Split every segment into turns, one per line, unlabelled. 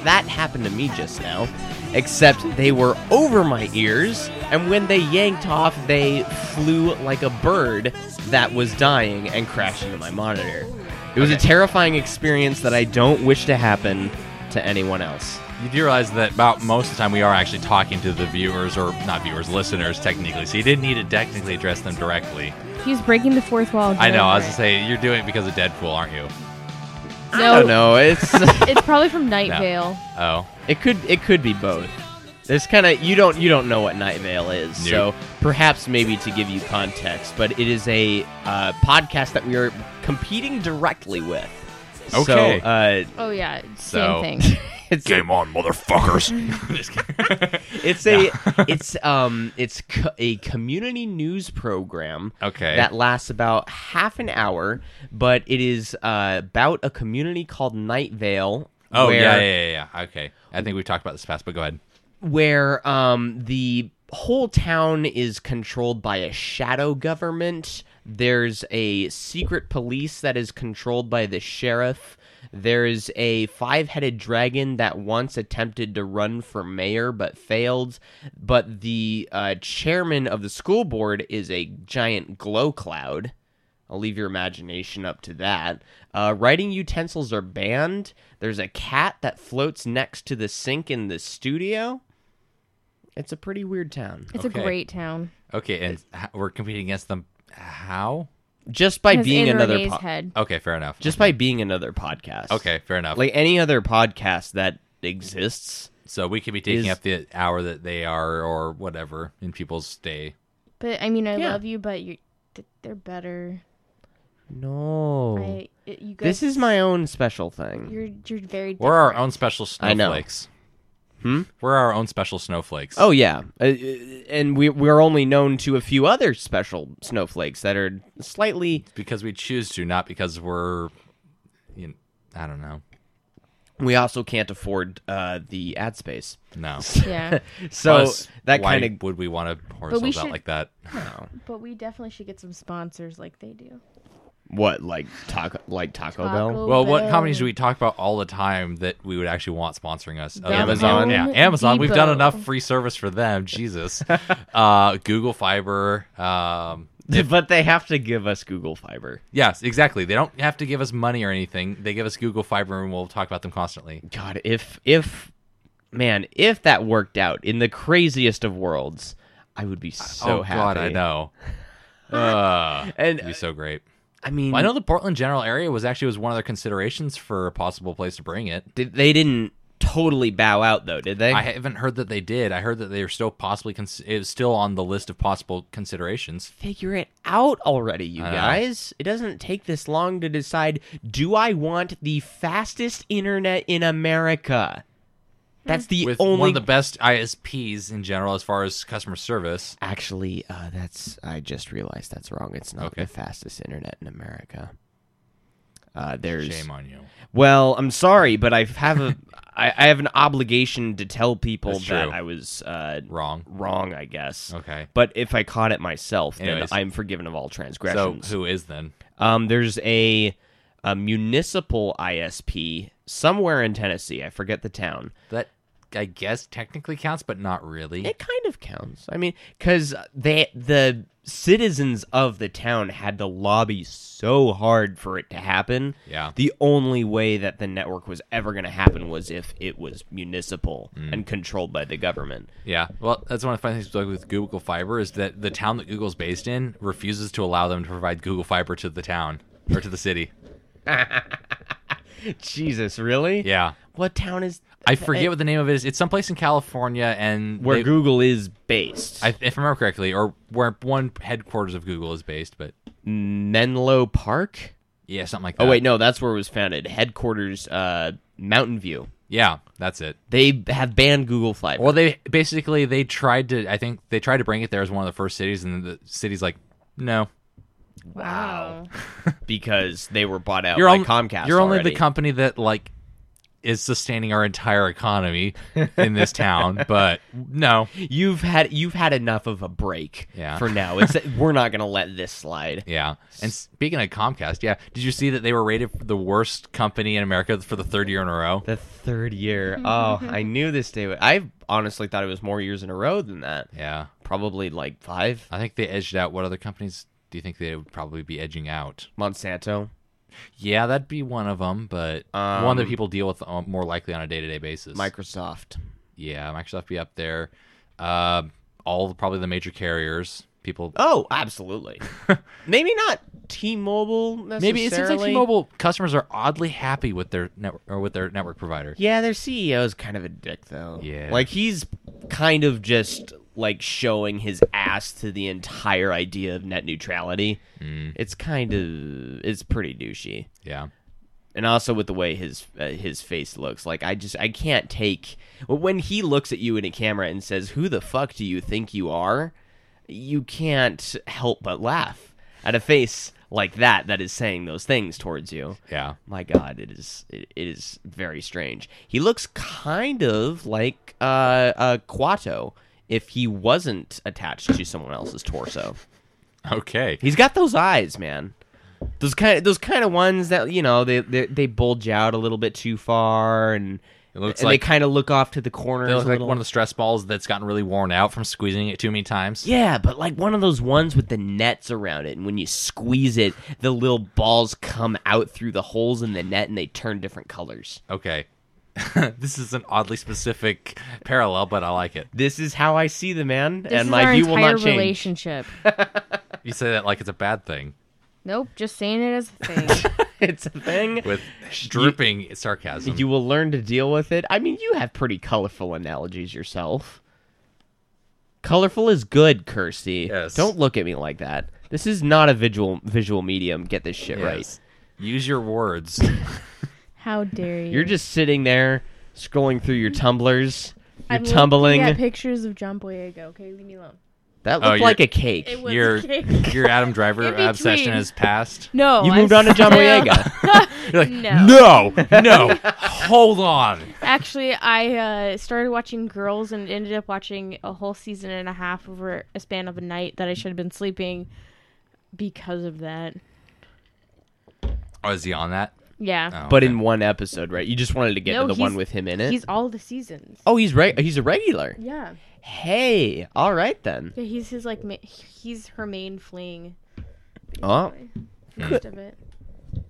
That happened to me just now, except they were over my ears, and when they yanked off, they flew like a bird that was dying and crashed into my monitor. It was a terrifying experience that I don't wish to happen to anyone else.
You do realize that about most of the time we are actually talking to the viewers, or not viewers, listeners, technically. So you didn't need to technically address them directly.
He's breaking the fourth wall.
I know. I was
Jared.
gonna say you're doing it because of Deadpool, aren't you?
No,
Oh.
I don't know. It's
it's probably from Night
No.
Vale.
Oh,
it could it could be both. There's kind of you don't you don't know what Night Vale is, so
Nope.
perhaps maybe to give you context, but it is a uh, podcast that we are competing directly with.
Okay.
So, uh,
Oh yeah,
So-
same thing.
it's
Game on, motherfuckers.
Just kidding.
it's a it's um it's co- a community news program
okay.
that lasts about half an hour, but it is uh, about a community called Night Vale.
oh
where-
yeah, yeah, yeah, yeah. Okay. I think we've talked about this past, but go ahead.
where um the whole town is controlled by a shadow government. There's a secret police that is controlled by the sheriff. There's a five headed dragon that once attempted to run for mayor but failed. But the uh, chairman of the school board is a giant glow cloud. I'll leave your imagination up to that. Uh, writing utensils are banned. There's a cat that floats next to the sink in the studio. It's a pretty weird town.
It's
Okay.
a great town.
Okay, and h- we're competing against them. How?
Just by
Has
being
in
another
Renee's
po-
head.
Okay, fair enough.
just by being another podcast.
okay, fair enough.
Like any other podcast that exists.
so we could be taking
is-
up the hour that they are, or whatever, in people's day.
But I mean, I
Yeah.
love you, but you th- they're better.
No.
I, it- you guys,
this is my own special thing.
You're you're very.
We're our
different.
own special
I know.
snowflakes.
Hmm?
We're our own special snowflakes.
Oh yeah. Uh, uh, and we we're only known to a few other special snowflakes that are slightly
because we choose to, not because we're. You know, I don't know.
we also can't afford uh, the ad space.
No.
Yeah,
So
Plus,
that
why
kind of
would we want to pour
But we
ourselves out
should-
like that?
but we definitely should get some sponsors like they do.
what like taco like Taco,
Taco
Bell.
Well, what
Bell.
companies do we talk about all the time that we would actually want sponsoring us? Other than-
Amazon.
yeah, Amazon. We've done
Depot.
enough free service for them. Jesus, uh, Google Fiber. Um,
but they have to give us Google Fiber.
yes, exactly. They don't have to give us money or anything. They give us Google Fiber, and we'll talk about them constantly.
God, if if man, if that worked out in the craziest of worlds, I would be so
oh
happy.
God, I know. Uh,
And
it'd be so great.
I mean,
Well, I know the Portland general area was actually was one of their considerations for a possible place to bring it.
did- they didn't totally bow out though, did they?
I haven't heard that they did. I heard that they were still possibly cons- it was still on the list of possible considerations.
Figure it out already, you
I know.
guys. It doesn't take this long to decide do I want the fastest internet in America? That's the
With
only
one of the best ISPs in general as far as customer service.
Actually, uh, that's I just realized that's wrong. It's not
Okay.
the fastest internet in America. Uh, there's
Shame on you.
well, I'm sorry, but I have a I, I have an obligation to tell people
That's
that
true.
I was uh,
Wrong.
wrong. I guess.
Okay.
But if I caught it myself, then
Anyways.
I'm forgiven of all
So
transgressions.
who is then?
um, there's a, a municipal ISP somewhere in Tennessee. I forget the town.
That I guess technically counts, but not really.
It kind of counts. I mean, because they the citizens of the town had to lobby so hard for it to happen.
Yeah.
The only way that the network was ever going to happen was if it was municipal and controlled by the government.
Yeah, well, that's one of the fun things like, with Google Fiber is that the town that Google's based in refuses to allow them to provide Google Fiber to the town or to the city.
Jesus, really?
Yeah,
What town is
I forget what the name of it is. It's someplace in California, and
where
they-
Google is based?
I, if I remember correctly, or where one headquarters of Google is based. But
Menlo Park.
yeah, something like that.
Oh wait, no, that's where it was founded. Headquarters, uh, Mountain View.
yeah, that's it.
They have banned Google Fiber.
Well, they basically they tried to. I think they tried to bring it there as one of the first cities, and the city's like, no,
Wow.
because they were bought out
you're
by
only
Comcast.
You're only
already.
the company that like is sustaining our entire economy in this town, but no.
You've had you've had enough of a break
Yeah.
for now. It's we're not gonna let this slide.
Yeah. And speaking of Comcast, yeah, did you see that they were rated the worst company in America for the third year in a row?
The third year. Oh, I knew this day. Would, I honestly thought it was more years in a row than that.
Yeah.
Probably like five.
I think they edged out what other companies do you think they would probably be edging out?
Monsanto.
Yeah, that'd be one of them, but one that
Um,
people deal with uh, more likely on a day-to-day basis.
Microsoft.
yeah, Microsoft be up there. Uh, all probably the major carriers. People
Oh, absolutely. Maybe not T-Mobile necessarily.
Maybe it seems like T-Mobile customers are oddly happy with their network or with their network provider.
Yeah, their CEO is kind of a dick, though.
Yeah.
Like, he's kind of just, like, showing his ass to the entire idea of net neutrality. It's kind of, it's pretty douchey.
Yeah,
And also with the way his uh, his face looks, like I just I can't take when he looks at you in a camera and says, "Who the fuck do you think you are?" You can't help but laugh at a face like that that is saying those things towards you
yeah.
my god it is it, it is very strange he looks kind of like uh uh quato if he wasn't attached to someone else's torso
Okay.
he's got those eyes man those kind those kind of ones that you know they they, they bulge out a little bit too far and
It looks
and
like-
they kind of look off to the corners
They look
a
like
little.
one of the stress balls that's gotten really worn out from squeezing it too many times.
yeah, but like one of those ones with the nets around it, and when you squeeze it, the little balls come out through the holes in the net, and they turn different colors.
Okay. this is an oddly specific parallel, but I like it.
This is how I see the man,
This
and
is
my
our
view
entire
will not change.
relationship.
You say that like it's a bad thing
nope, just saying it as a thing.
it's a thing.
with drooping sarcasm.
you will learn to deal with it. I mean, you have pretty colorful analogies yourself. Colorful is good, Kirsty.
Yes.
Don't look at me like that. This is not a visual visual medium. Get this shit
Yes.
right.
Use your words.
How dare you?
You're just sitting there scrolling through your tumblers. You're
I'm looking
tumbling.
at pictures of John Boyega. Okay, leave me alone.
that
Oh,
looked
you're-
like a cake.
It was
your your Adam Driver
In between.
obsession is past.
No,
you
I
moved on to John
still-
Boyega.
You're like,
No.
no, no. Hold on.
Actually, I uh, started watching Girls and ended up watching a whole season and a half over a span of a night that I should have been sleeping because of that.
Oh, is he on that?
Yeah.
Oh,
but
okay.
in one episode, right? You just wanted to get
No,
to the one
he's-
with him in it.
He's all the seasons.
oh, he's right. He's a regular.
Yeah.
Hey, all right then.
Yeah, he's his like ma- he's her main fling
Oh,
most of it.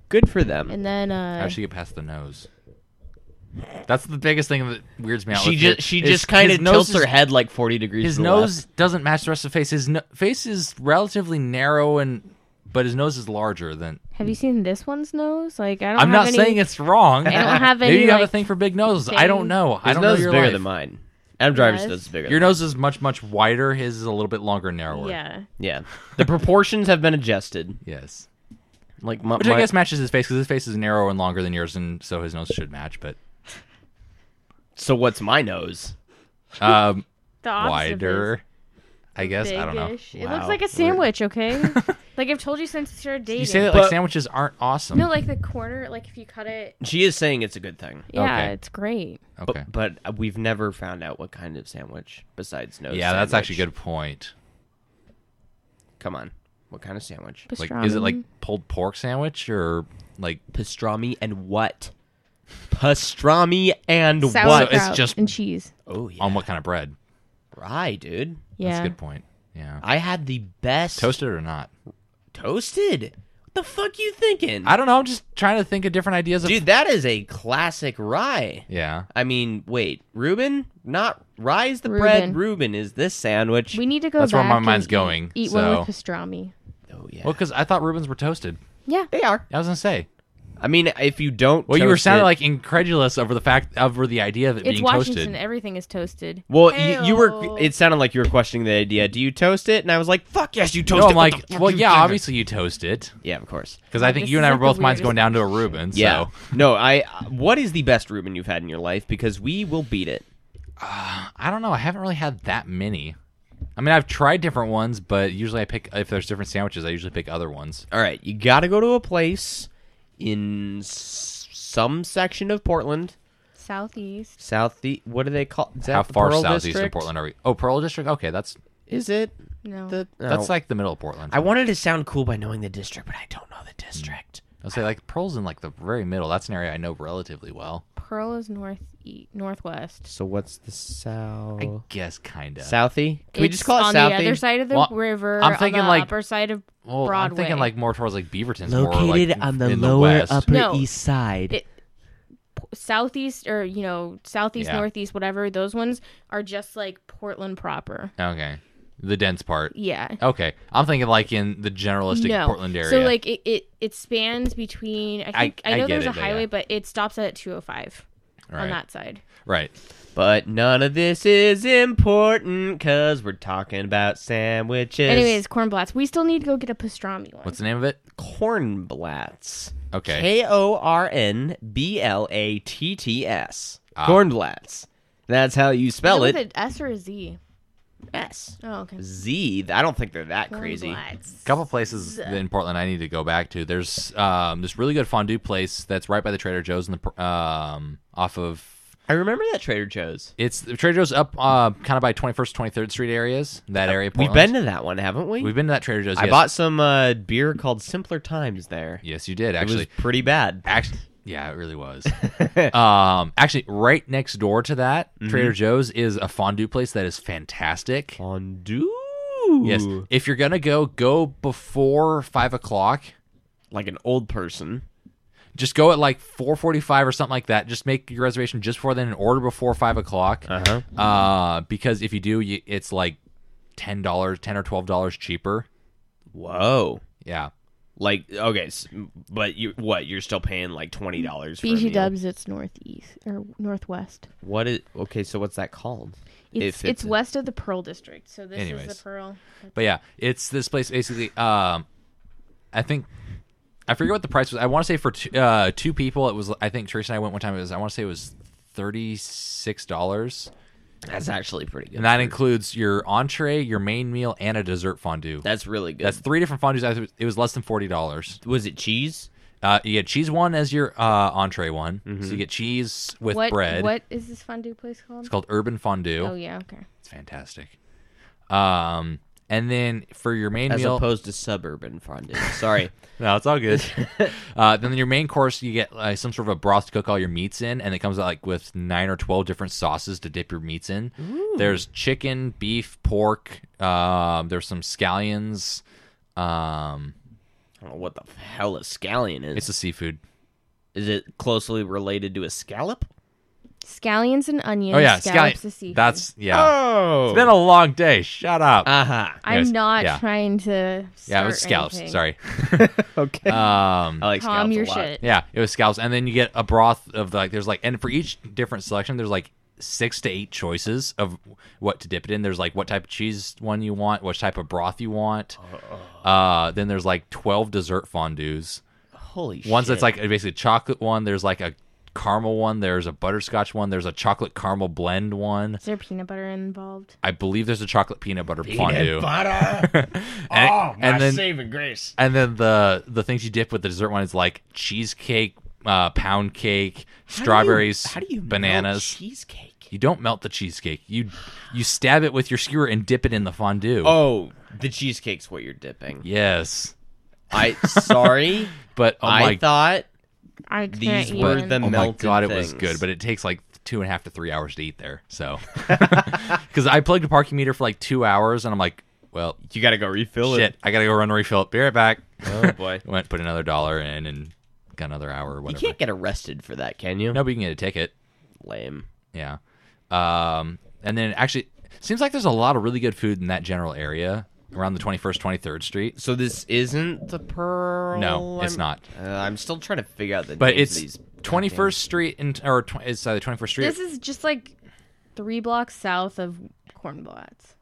good for them.
And then uh
How'd she get past the nose? That's the biggest thing that weirds me out.
She
with
just
it,
she
is
just kind
his
of tilts
nose is-
her head like forty degrees.
His
to the
nose
left.
doesn't match the rest of the face. His no- face is relatively narrow and, but his nose is larger than.
have you seen this one's nose? Like I don't
I'm
have
not
any-
saying it's wrong.
I don't have
Maybe
any,
you have a
like,
thing for big noses. I don't
thing.
know. I
His
don't know
nose
your
is bigger
life.
than mine. Adam Driver's
Yes.
nose is bigger.
Your
than
nose is much much wider. His is a little bit longer, and narrower.
Yeah.
mine. Yeah, the proportions have been adjusted.
Yes.
Like my,
Which
my-
I guess matches his face because his face is narrow and longer than yours, and so his nose should match. But
so what's my nose?
um,
The opposite of
wider. I guess
his.
I don't know.
Big-ish. It looks
Wow.
like a sandwich, okay? like I've told you since you started dating.
You say that
But-
like sandwiches aren't awesome.
No, like the corner, like if you cut it
She is saying it's a good thing,
Yeah,
Okay.
it's great.
okay.
but but we've never found out what kind of sandwich besides nose.
Yeah, that's
sandwich.
actually a good point.
Come on, what kind of sandwich?
Like, is it like pulled pork sandwich or like
Pastrami and what? pastrami and
Sauerkraut
what?
So it's just-
and cheese.
Oh yeah,
On what kind of bread?
rye, dude.
Yeah.
That's a good point. Yeah.
I had the best
Toasted or not?
toasted. What the fuck you thinking,
I don't know. I'm just trying to think of different ideas. Of,
dude? That is a classic rye.
yeah.
I mean, wait, Reuben? Not rye's the
Reuben.
bread. Reuben is this sandwich.
We need to go
That's where
back
my
and
mind's
eat-
going,
Eat one with
so-
pastrami.
oh yeah,
Well, because I thought Rubens were toasted.
Yeah.
they are.
I was gonna say.
I mean, if you don't,
Well, you were
toast
sounding
it-
like incredulous over the fact over the idea of it
It's
being
Washington.
toasted.
Everything is toasted.
Well, you, you were.
Heyo.
It sounded like you were questioning the idea. Do you toast it? And I was like, "Fuck yes, you toast
No,
it."
I'm
What
like,
the fuck
well,
you
yeah,
think?"
obviously you toast it
Yeah, of course.
because I think
This
you and
is
I were
like the
both minds
weirdest
going down to a Reuben.
Yeah.
So
No, I. What is the best Reuben you've had in your life? Because we will beat it.
I don't know. I haven't really had that many. I mean, I've tried different ones, but usually I pick if there's different sandwiches, I usually pick other ones.
All right, you got to go to a place in s- some section of Portland,
Southeast.
southeast. E, What do they call? Is that
How
the
far
Pearl
southeast of
District?
Portland are we? Oh, Pearl District. Okay, that's
Is it?
No.
The,
that's
oh.
like the middle of Portland.
I wanted to sound cool by knowing the district, but I don't know the
Hmm.
district.
I'll say like Pearl's in like the very middle. That's an area I know relatively well.
Pearl is north e- northwest.
So what's the south?
I guess kind of.
Southie? E? Can we
It's
just call it E?
on
Southie?
the other side of the
Well,
river?
I'm thinking,
on the
like,
upper side of
well,
Broadway.
I'm thinking like more towards like Beaverton's
Located
more like
on the
in
lower
west.
upper
No.
east side.
It- southeast or you know southeast,
Yeah.
northeast, whatever. Those ones are just like Portland proper.
Okay, the dense part.
Yeah.
Okay, I'm thinking like in the generalistic
no.
Portland area.
So like it, it it spans between. I think I,
I
know
get
there's
it,
a
yeah.
highway, but it stops at 205
right,
on that side.
right.
but none of this is important because we're talking about sandwiches.
Anyways, cornblats. We still need to go get a pastrami one.
What's the name of it?
cornblats.
Okay.
K O R N B L A T T S.
Ah.
Cornblats. That's how you spell
Is
it.
it with an S or a Z?
S.
Oh, okay.
Z. I don't think they're that
Oh,
crazy.
Cornblats.
couple places in Portland I need to go back to. There's um, this really good fondue place that's right by the Trader Joe's in the pr- um, off of
I remember that Trader Joe's.
it's the Trader Joe's up uh, kind of by 21st, 23rd Street areas. That area. of
We've
Portland.
been to that one, haven't we?
We've been to that Trader Joe's.
I
yes.
bought some uh, beer called Simpler Times there.
Yes, you did
it
actually.
was pretty bad.
Actually, yeah, it really was. um, actually, right next door to that
Mm-hmm.
Trader Joe's is a fondue place that is fantastic.
Fondue.
Yes, if you're gonna go, go before five o'clock.
Like an old person.
Just go at like four forty-five or something like that. Just make your reservation just before then and order before five o'clock.
Uh-huh.
Uh, because if you do, you, it's like ten dollars, ten or twelve dollars cheaper.
Whoa.
Yeah,
Like okay, s- but you what? You're still paying like twenty dollars for a
BG
meal.
Dubs,
oh.
it's northeast or northwest.
What is okay? So what's that called?
It's it's,
If it's a-
west of the Pearl District, so this is
Anyways.
the Pearl.
but yeah, it's this place basically. Um, I think I forget what the price was. I want to say for two, uh, two people, it was. I think Teresa and I went one time. It was. I want to say it was thirty six dollars,
That's actually pretty good.
and that includes your entree, your main meal, and a dessert fondue.
That's really good.
That's three different fondues. I think It was less than forty dollars.
was it cheese?
Uh, you get cheese one as your uh, entree one, so you get cheese with
what
bread.
what is this fondue place called?
It's called Urban Fondue.
Oh yeah, okay.
It's fantastic. Um, and then for your main
As
meal,
opposed to suburban fondue. Sorry.
no, it's all good. uh, then your main course, you get uh, some sort of a broth to cook all your meats in, and it comes out like with nine or twelve different sauces to dip your meats in. There's chicken, beef, pork. Um, there's some scallions. Um,
I don't know what the hell a scallion is.
it's a seafood.
is it closely related to a scallop?
Scallions and onions.
Oh yeah,
scallops
scallion.
of seafood.
That's yeah.
Oh.
It's been a long day. Shut up.
Aha.
I'm
yes,
not
yeah.
trying to.
yeah, it was
start
scallops.
anything.
Sorry.
okay.
Um,
I like
Calm
scallops
your
a lot.
shit.
Yeah, it was scallops, and then you get a broth of like there's like, and for each different selection, there's like six to eight choices of what to dip it in. There's like what type of cheese one you want, what type of broth you want. Uh, then there's like twelve dessert fondues.
Holy shit.
Ones that's like basically a chocolate one. There's like a caramel one. There's a butterscotch one. There's a chocolate caramel blend one.
Is there peanut butter involved?
I believe there's a chocolate peanut butter fondue. and, and then
saving grace.
and then the the things you dip with the dessert one is like cheesecake, uh, pound cake, strawberries,
How do you, how do you melt
bananas.
cheesecake?
you don't melt the cheesecake. You you stab it with your skewer and dip it in the fondue.
Oh, the cheesecake's what you're dipping.
yes,
I sorry,
but oh
I
my
thought
I can't
These
even.
were the
oh my
melted
god, it was
things.
good, but it takes like two and a half to three hours to eat there. So, because I plugged a parking meter for like two hours, and I'm like, well,
you gotta go refill
shit, I gotta go run and refill it. Be right back.
it. Oh boy,
Went put another dollar in and got another hour or
you
whatever.
can't get arrested for that, can you?
No, but you can get a ticket.
Lame.
Yeah. Um, and then actually, seems like there's a lot of really good food in that general area around the 21st, 23rd Street.
So this isn't the pearl.
No, it's not.
Uh, I'm still trying to figure out the.
But
names
it's
of these
21st Street and or tw- it's uh, 21st Street.
This is just like three blocks south of Cornblatt's.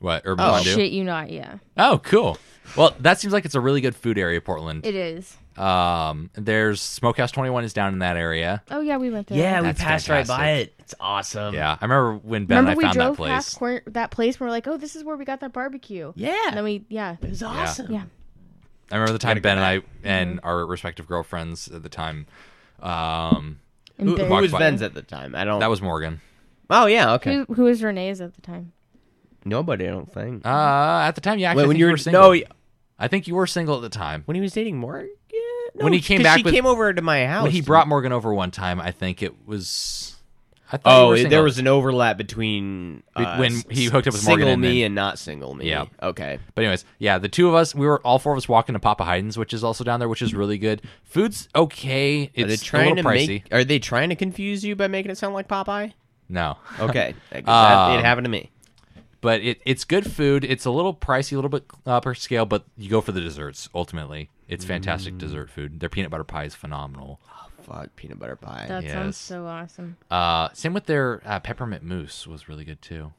what Urban
Oh.
Fondue?
Shit, you not, yeah.
Oh, cool. Well, that seems like it's a really good food area, Portland.
It is.
Um, there's Smokehouse 21 is down in that area.
Oh yeah, we went there.
Yeah, we
That's
passed right by
fantastic.
it. It's awesome.
Yeah, I remember when Ben and
Remember
I
we
found that
drove
place.
past cor- that place and we're like, oh, this is where we got that barbecue. And
Yeah.
then we, yeah,
It was awesome.
yeah.
I remember the time
Gotta go Mm-hmm.
Ben and I and our respective girlfriends at the time. Um,
And
Who, who
Barry-
was
by-
Ben's at the time? I don't.
that was Morgan.
Oh yeah. Okay.
who, who was Renee's at the time?
Nobody. I don't think.
Uh, at the time, yeah, actually, I
when
think
you were
single.
no, y-
I think you were single at the time.
when he was dating Morgan. No,
When he came
'cause
back
she
with-
came over to my house.
When he
didn't
brought Morgan over one time, I think it was. I thought you
Oh,
were
it- there
single.
was an overlap between
Be-
uh,
when he
s-
hooked up with
single
Morgan and
me
then-
and not single me.
Yeah.
Okay.
But anyways, yeah, the two of us, we were all four of us walking to Papa Haydn's, which is also down there, which is really good. Food's okay.
Are they
It's
trying
a
to
little pricey.
make? Are they trying to confuse you by making it sound like Popeye?
No.
Okay, I guess
Um,
that, it happened to me.
but it, it's good food. It's a little pricey, a little bit uh, per scale, but you go for the desserts. Ultimately, it's fantastic
Mm.
dessert food. Their peanut butter pie is phenomenal.
Fuck peanut butter pie.
That sounds
Yes.
so awesome.
Uh, same with their uh, peppermint mousse was really good too.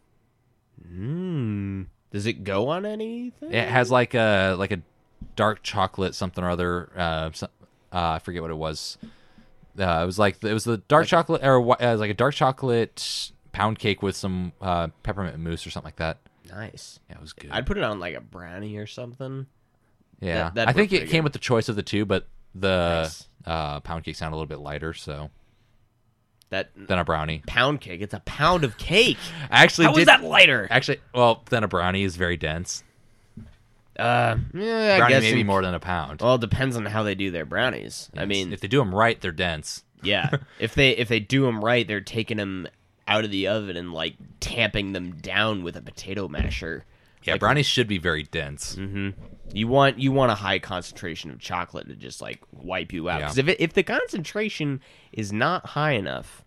Mm. Does it go on anything?
It has like a like a dark chocolate something or other. Uh, so- uh, I forget what it was. Uh, it was like it was the dark chocolate or wh- uh, it was like a dark chocolate pound cake with some uh, peppermint mousse or something like that.
Nice.
Yeah, it was good.
I'd put it on like a brownie or something.
yeah,
that- that'd
I think
work
it
pretty
came
good.
with the choice of the two, but the
Nice.
uh, pound cake sounded a little bit lighter, so
That
than a brownie.
pound cake. It's a pound of cake.
I actually
How
did
is that lighter?
Actually, well, then a brownie is very dense.
Uh, yeah, I
Brownie
guess
maybe
in-
more than a pound.
Well, it depends on how they do their brownies. I mean,
if they do them right, they're dense.
yeah, if they if they do them right, they're taking them out of the oven and like tamping them down with a potato masher.
Yeah,
Like, Mm-hmm.
brownies should be very dense.
You want you want a high concentration of chocolate to just like wipe you out.
Yeah.
Because if it, if the concentration is not high enough,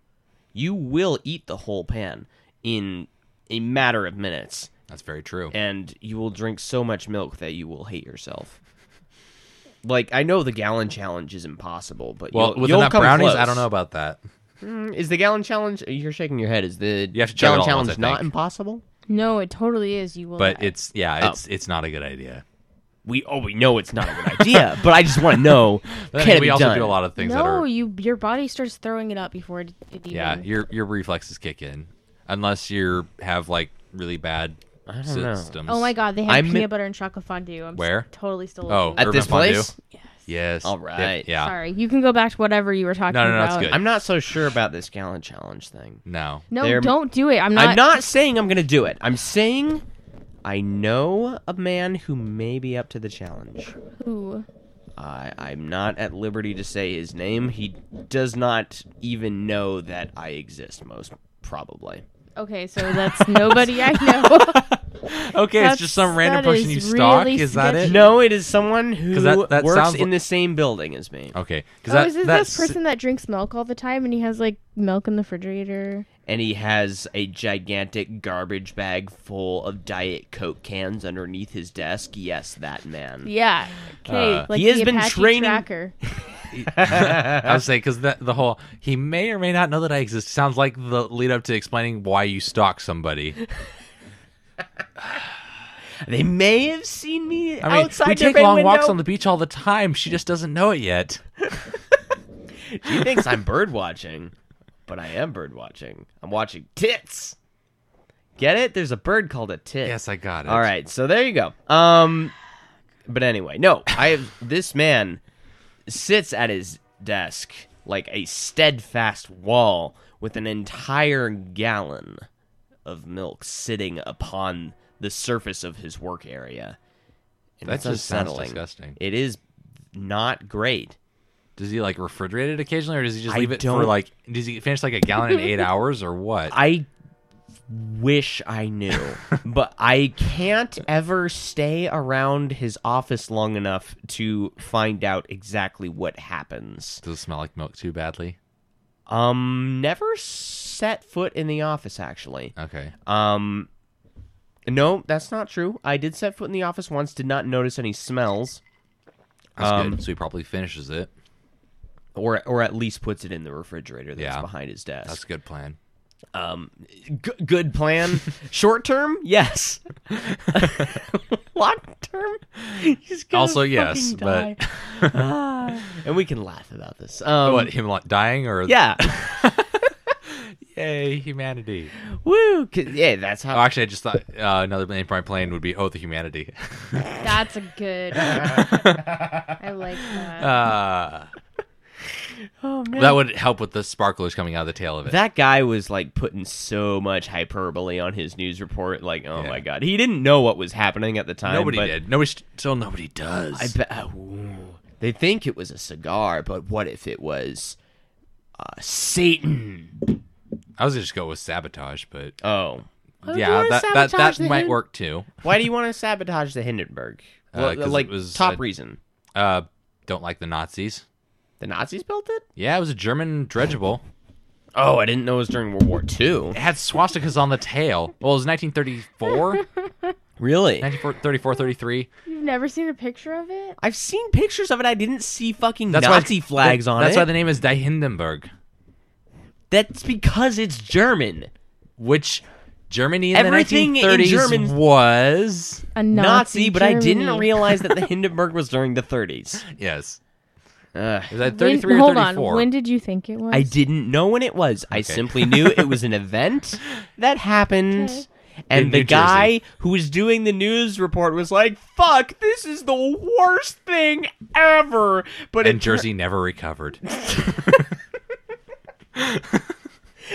you will eat the whole pan in a matter of minutes,
That's very true.
and you will drink so much milk that you will hate yourself. Like I know the gallon challenge is impossible, but
well,
you'll,
with
you'll
enough
come
brownies,
close.
I don't know about that.
Is the gallon challenge? You're shaking your head. Is the
You have to chug it
gallon
all at once,
challenge
I
not
think.
impossible?
No, it totally is. You will.
But
die.
it's yeah, it's it's not a good idea.
We oh we know it's not a good idea, but I just want to know.
But I
can
mean,
it
we
be
also
done?
do a lot of things that
no.
are
You your body starts throwing it up before it, it even.
yeah. Your your reflexes kick in unless you have like really bad
don't know.
systems.
Oh my god, they have
I'm-
peanut butter and chocolate fondue. I'm s-
Where?
Totally still.
Oh,
looking.
at
Urban
this place.
Fondue? Yes.
All
Yep,
right.
Yeah.
Sorry, you can go back to whatever you were talking
Ah. No, no, no,
about.
it's good.
I'm not so sure about this gallon challenge thing.
No.
No,
They're-
don't do it. I'm not.
I'm not saying I'm gonna do it. I'm saying I know a man who may be up to the challenge.
Ooh.
I I'm not at liberty to say his name. He does not even know that I exist. Most probably.
Okay, so that's nobody I know.
Okay,
That's-
it's just some random
that
person you
is
stalk.
really
Is that it?
sketchy.
No, it is someone who
'Cause that- that
works
sounds
in
li-
the same building as me,
Okay. Because
Oh, is this this person that drinks milk all the time and he has like milk in the refrigerator?
and he has a gigantic garbage bag full of Diet Coke cans underneath his desk. Yes, that man.
Yeah. Okay.
Uh,
like
he has
the
been
Apache
training-
Tracker.
I was saying because the, the whole he may or may not know that I exist sounds like the lead up to explaining why you stalk somebody.
They may have seen me
I mean,
outside
we
their
take
bay
long
window.
walks on the beach all the time. She just doesn't know it yet.
She thinks I'm bird watching, but I am bird watching. I'm watching tits. Get it? There's a bird called a tit.
Yes, I got it.
All right, so there you go. Um, but anyway, no, I have this man sits at his desk like a steadfast wall with an entire gallon of milk sitting upon the surface of his work area. And
That
it's
just sounds
unsettling.
disgusting.
It is not great.
Does he like refrigerate it occasionally, or does he just
I
leave it for
don't-
like? Does he finish like a gallon in eight hours, or what?
I wish I knew, but I can't ever stay around his office long enough to find out exactly what happens.
Does it smell like milk too badly?
Um, never set foot in the office actually.
Okay.
Um, no, that's not true. I did set foot in the office once. Did not notice any smells,
That's
Um,
good. So he probably finishes it.
or or at least puts it in the refrigerator that's
Yeah.
behind his desk.
That's a good plan.
um g- good plan short term yes long term he's gonna
Also, yes,
fucking die.
but-
Ah. and we can laugh about this um
what him like dying or
yeah
Yay, humanity!
woo 'Cause- yeah that's
Oh,
how
actually, I just thought uh, another name for my plane would be "Oh, the Humanity."
That's a good. I like that.
Uh,
oh man
that would help with the sparklers coming out of the tail of it.
that guy was like putting so much hyperbole on his news report like oh
Yeah.
my god he didn't know what was happening at the time
nobody
but
did. Nobody st- still nobody does.
I bet. oh, ooh. they think it was a cigar, but what if it was uh, Satan?
I was gonna just go with sabotage, but
Oh,
Why would you
yeah,
wanna
that that,
sabotage
that
the
might
Hin-
work too.
Why do you want to sabotage the Hindenburg?
Uh,
Well,
'cause it
like
was,
top
uh,
reason,
Uh, don't like the Nazis.
the Nazis built it.
Yeah, it was a German dredgeable.
Oh, I didn't know it was during World War II.
It had swastikas on the tail. Well, it was 1934,
Really?
1934, 33.
You've never seen a picture of it?
I've seen pictures of it. I didn't see fucking
That's why
Nazi flags on
That's
it.
why the name is Die Hindenburg,
That's because it's German.
which Germany in
Everything
the
in
1930s
German-
was.
A
Nazi,
Nazi,
but I didn't
Germany.
realize that the Hindenburg was during the 30s.
Yes,
Ugh.
it was at
When-
33
hold
or 34.
on. When did you think it was?
I didn't know when it was. I
Okay.
simply knew it was an event that happened. And
In
the
New
guy
Jersey.
who was doing the news report was like, fuck, this is the worst thing ever. But
and
it tur-
Jersey never recovered.
and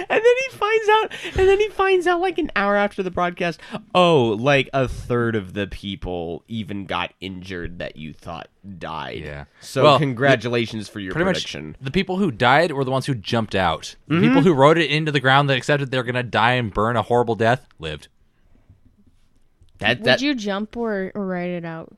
then he finds out and then he finds out like an hour after the broadcast, oh, like a third of the people even got injured that you thought died.
Yeah.
So
Well,
congratulations for your
Pretty
prediction.
much, the people who died were the ones who jumped out. The
Mm-hmm.
people who rode it into the ground that accepted they're gonna die and burn a horrible death lived.
that
Would
that
you jump or, or write it out?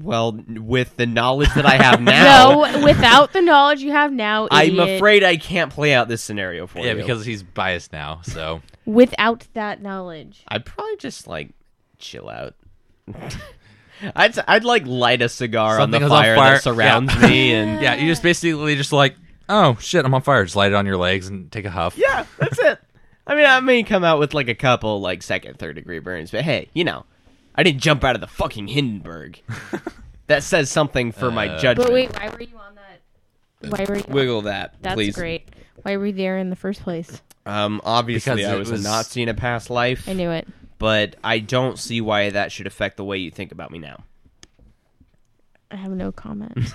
well, with the knowledge that I have now.
No, without the knowledge you have now,
I'm
idiot.
afraid I can't play out this scenario for
Yeah,
you.
because he's biased now. So
Without that knowledge,
I'd probably just like chill out. I'd I'd like light a cigar
Something
on
is
the
on
fire,
fire.
that surrounds
Yeah.
me and
yeah, you just basically just like, oh shit, I'm on fire. Just light it on your legs and take a huff.
yeah, that's it. I mean, I may come out with like a couple like second, third degree burns, but hey, you know, I didn't jump out of the fucking Hindenburg. that says something for my
Uh,
judgment.
but wait, why were you on that? Why were you?
Wiggle that,
That's
please.
great. Why were you there in the first place?
Um, obviously,
Because
I
it
was,
was-
a Nazi in a past life,
I knew it.
but I don't see why that should affect the way you think about me now.
I have no comment.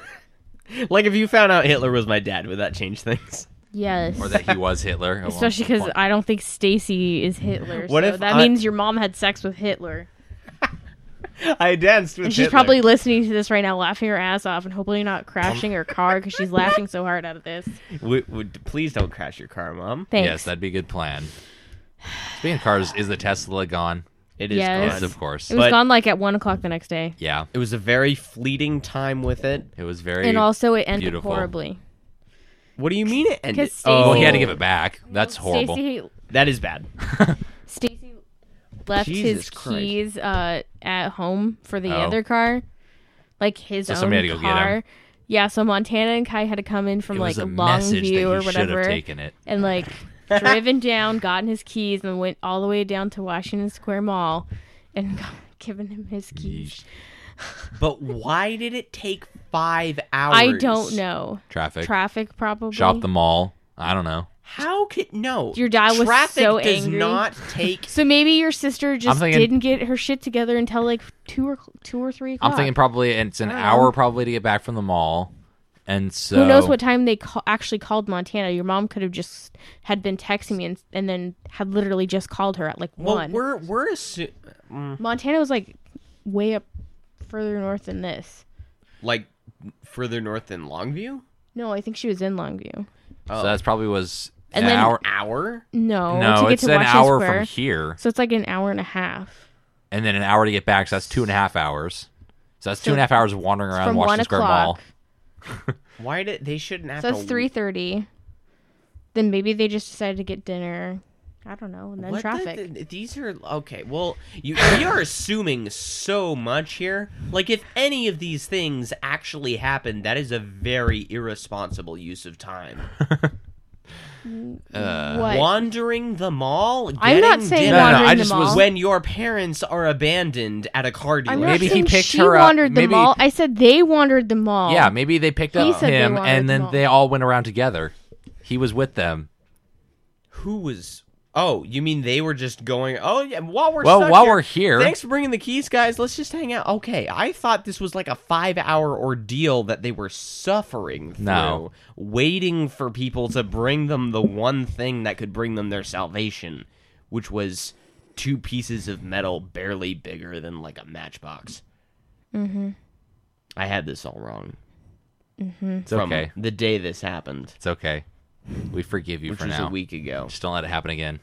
Like, if you found out Hitler was my dad, would that change things?
Yes.
Or that he was Hitler. at one
Especially because
point.
I don't think Stacy is Hitler.
What
so
if
that
I-
means your mom had sex with Hitler.
I danced with
And she's
Hitler.
probably listening to this right now, laughing her ass off, and hopefully not crashing her car because she's laughing so hard out of this.
W- w- please don't crash your car, Mom.
Thanks.
yes, that'd be a good plan. Speaking of cars, is the Tesla gone?
It is
Yes.
Yes,
gone.
of course.
it was
but-
gone like at one o'clock the next day,
yeah,
It was a very fleeting time with it.
it was very.
and also it ended
beautiful.
horribly.
What do you mean it ended?
'Cause Stacey-
Oh,
well, he had to give it back. That's horrible.
Stacy,
That is bad.
Stacy left
Jesus
his
Christ.
keys uh, at home for the
Oh.
other car, like his own
somebody had to go get
car.
'em.
Yeah, so Montana and Kai had to come in from
it
like
was a
Longview
message that he
or
should
whatever.
have taken it.
and like driven down, gotten his keys, and went all the way down to Washington Square Mall and given him his keys.
But why did it take five hours?
I don't know.
Traffic.
Traffic probably.
Shop the mall. I don't know.
How could no?
Your dad was
Traffic
so
does
angry.
not take.
So maybe your sister just
thinking-
didn't get her shit together until like two or two or three o'clock.
I'm thinking probably it's an hour probably to get back from the mall, and so
Who knows what time they ca- actually called Montana? Your mom could have just had been texting me and, and then had literally just called her at like
Well,
one.
we're we're assu-
Montana was like way up further north than this.
like further north than Longview.
No, I think she was in
Oh.
Longview.
So that's probably was
and
an
then
hour.
an hour?
No,
no,
to get
it's
to
an
Washington
hour
Square.
from here,
So it's like an hour and a half.
and then an hour to get back. So that's two and a half hours. So that's two
So-
and a half hours of wandering around
from
Washington
one
Square Mall.
o'clock.
Why did they shouldn't have
So
to
it's three thirty. Then maybe they just decided to get dinner. I don't know, and then
What the-
traffic.
th- these are okay. Well, you we are assuming so much here. Like if any of these things actually happened, that is a very irresponsible use of time.
Uh,
what?
Wandering the mall,
I'm not
getting
saying
No,
dinner
no, no,
wandering
I
the
just was-
mall.
when your parents are abandoned at a car dealership.
I'm not
Maybe he
saying
picked
she
her up-
wandered the
maybe-
mall. I said they wandered the mall.
Yeah, maybe they picked
He
up
said they
him,
wanted
and
the
then
mall.
they all went around together. He was with them.
Who was? Oh, you mean they were just going? Oh yeah. While we're
Well,
stuck
while
here,
we're here-
thanks for bringing the keys, guys. Let's just hang out. Okay, I thought this was like a five-hour ordeal that they were suffering through,
No.
waiting for people to bring them the one thing that could bring them their salvation, which was two pieces of metal barely bigger than like a matchbox. Mm-hmm. I had this all wrong
It's
from
okay.
the day this happened,
It's okay. We forgive you
which
for
was
now.
a week ago.
Just don't let it happen again.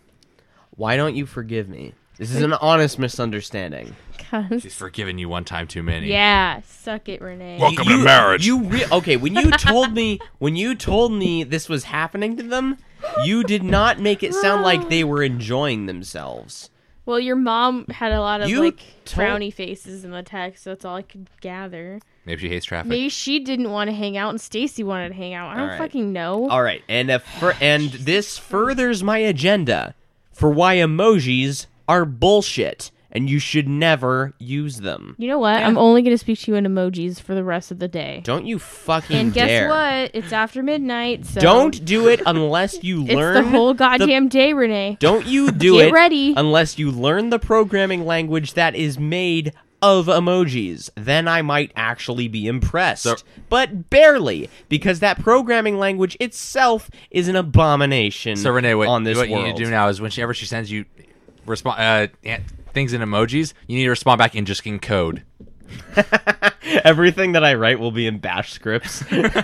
Why don't you forgive me? This is an honest misunderstanding.
'Cause-
She's forgiven you one time too many.
yeah, suck it, Renee.
Welcome
You-
to marriage.
You re- okay? When you told me, when you told me this was happening to them, you did not make it sound like they were enjoying themselves.
Well, your mom had a lot of
You
like
told-
frowny faces in the text, so that's all I could gather.
Maybe she hates traffic.
Maybe she didn't want to hang out, and Stacy wanted to hang out. I don't
Alright.
fucking know.
All right, and a fur- and this furthers my agenda for why emojis are bullshit and you should never use them.
You know what? I'm only gonna speak to you in emojis for the rest of the day.
Don't you fucking
and guess
dare.
what? It's after midnight, so
Don't do it unless you
It's
learn
the whole goddamn day, Renee.
Don't you do
Get
it
ready.
unless you learn the programming language that is made of emojis. Then I might actually be impressed.
So-
but barely, because that programming language itself is an abomination
so Renee, what,
on this
what you
world.
need to do now is whenever she sends you respond uh, an- things in emojis, you need to respond back in just in code.
Everything that I write will be in bash scripts.
That'll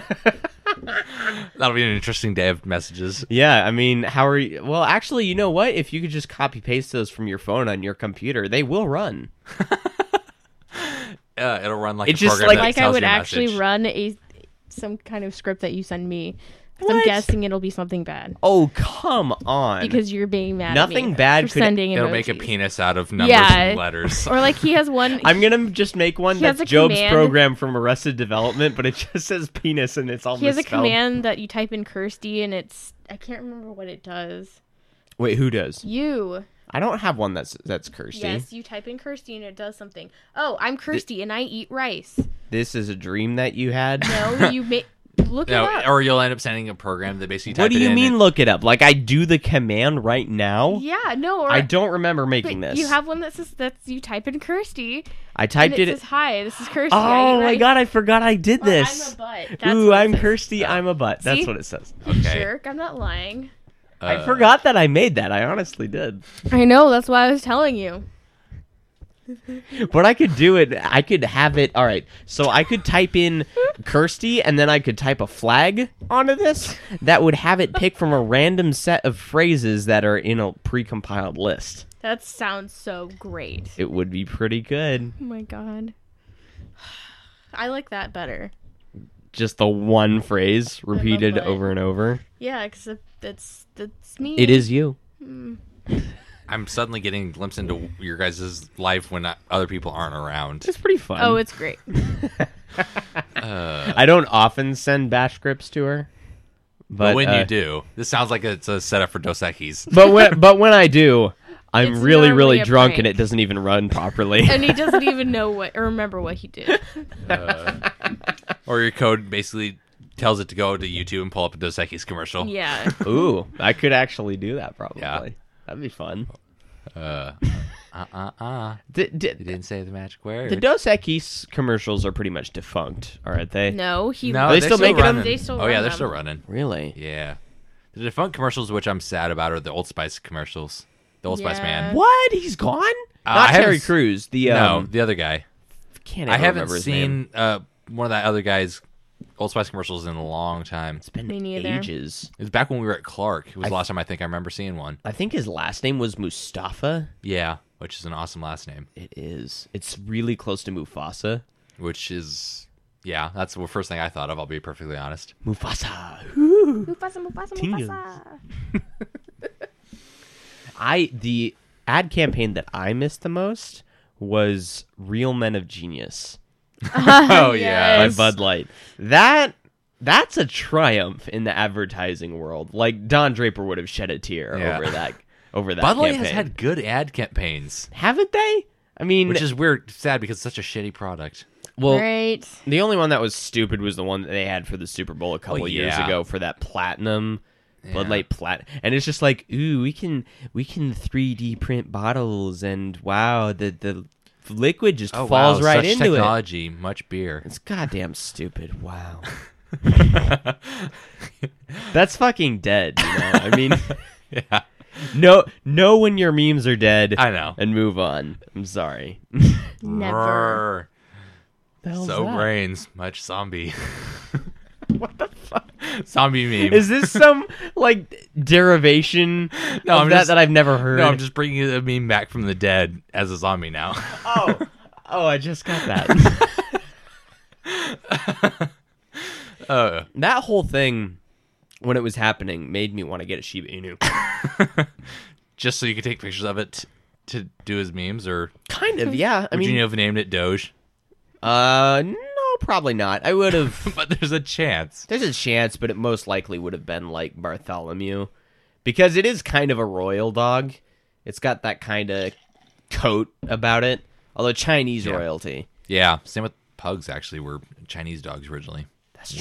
be an interesting day of messages.
yeah, I mean, how are you? Well, actually, you know what? If you could just copy paste those from your phone on your computer, they will run.
Uh, it'll run like
It's
a
just
program
like-
that
like I
tells
would
your
actually
message.
run a some kind of script that you send me. 'Cause I'm
What?
guessing it'll be something bad
Oh, come on.
because you're being mad. at
Nothing
me
bad
for
could-
sending
It'll make a
emojis.
penis out of numbers
Yeah.
and letters.
Or like he has one.
I'm gonna just make one
He has
that's
a
Job's
command-
program from Arrested Development, but it just says penis and it's all
he has a
misspelled.
command that you type in Kirsty, and it's I can't remember what it does.
Wait, who does?
You
I don't have one that's that's eh? Kirsty.
yes, you type in Kirsty, and it does something. Oh, I'm Kirsty, and I eat rice.
This is a dream that you had.
No, you may look it
no,
up.
or you'll end up sending a program that basically.
what
type
do
it
you
in
mean?
and-
Look it up. Like I do the command right now.
yeah, no, or
I don't remember
but
making this.
You have one that says that's you type in Kirsty,
I
and
typed
it
it.
says hi. This is Kirsty. I eat
oh my
rice."
god! I forgot I did
Or,
this.
I'm a butt. That's
Ooh,
what it
I'm
says.
Kirsty. I'm a butt. That's
See?
what it says.
Okay.
Jerk, I'm not lying.
Uh,
I forgot that I made that. I honestly did.
I know. That's why I was telling you.
But I could do it. I could have it. All right. So I could type in Kirsty and then I could type a flag onto this that would have it pick from a random set of phrases that are in a precompiled list.
That sounds so great.
It would be pretty good.
Oh my god. I like that better.
Just the one phrase repeated
that.
over and over.
Yeah, because that's that's me.
It is you.
I'm suddenly getting glimpse into your guys' life when I, other people aren't around.
It's pretty fun.
Oh, it's great.
Uh,
I don't often send bash scripts to her. But,
But when
uh,
you do, this sounds like it's a setup for Dos Equis.
But when but when I do, I'm
It's
really
normally
really
a
drunk and
prank.
it doesn't even run properly.
And he doesn't even know what or remember what he did.
Or your code basically tells it to go to YouTube and pull up a Dos Equis commercial.
Yeah.
Ooh, Oh. I could actually do that probably.
Yeah.
That'd be fun.
Uh, uh, uh, uh.
The,
You
the,
didn't say the magic word.
the Dos Equis commercials are pretty much defunct, aren't they?
No, he.
no,
Are they
they're
still making them?
running.
They still
oh, yeah,
run
they're
them.
still running.
Really?
Yeah. The defunct commercials, which I'm sad about, are the Old Spice commercials. The Old Spice man.
Yeah.
What? He's gone?
Uh, I
Not
haven't
Terry
s-
Crews. The
No,
um,
the other guy.
can't
I
ever
haven't
remember his name.
seen uh, one of that other guy's Old Spice commercials in a long time.
It's been
Me neither.
ages.
It was back when we were at Clark. It was
I-
the last time I think I remember seeing one.
I think his last name was Mustafa.
Yeah, which is an awesome last name.
It is. It's really close to Mufasa.
Which is, yeah, that's the first thing I thought of. I'll be perfectly honest.
Mufasa.
Mufasa, Mufasa,
Tingles.
Mufasa.
I the ad campaign that I missed the most was Real Men of Genius
Oh
yeah.
by
Yes.
Bud Light. That that's a triumph in the advertising world. Like Don Draper would have shed a tear
Yeah.
over that over that.
Bud Light has
campaign.
had good ad campaigns,
haven't they? I mean,
which is weird, sad because it's such a shitty product.
well,
Great.
the only one that was stupid was the one that they had for the Super Bowl a couple years
yeah.
ago for that platinum. Bud
Yeah.
Light plat, and it's just like, ooh, we can we can 3D print bottles, and wow, the the liquid just
Oh,
falls
wow,
right
such
into it.
technology, much beer.
It's goddamn stupid. Wow. That's fucking dead. You know? I mean,
Yeah,
know know when your memes are dead
I know.
and move on. I'm sorry.
Never.
The hell's
So
that?
brains, much zombie. what the fuck? Zombie meme.
Is this some like derivation
No,
of
I'm
that
just-
that I've never heard?
no, I'm just bringing the meme back from the dead as a zombie now.
oh, oh, I just got that.
Uh,
that whole thing when it was happening made me want to get a Shiba Inu.
just so you could take pictures of it t- to do his memes, or
kind of, yeah. I
would
mean,
you have named it Doge?
uh, no, probably not. I would have.
but there's a chance.
There's a chance, but it most likely would have been like Bartholomew because it is kind of a royal dog. It's got that kind of coat about it, although Chinese
Yeah.
royalty.
Yeah, same with pugs. Actually, were Chinese dogs originally. That's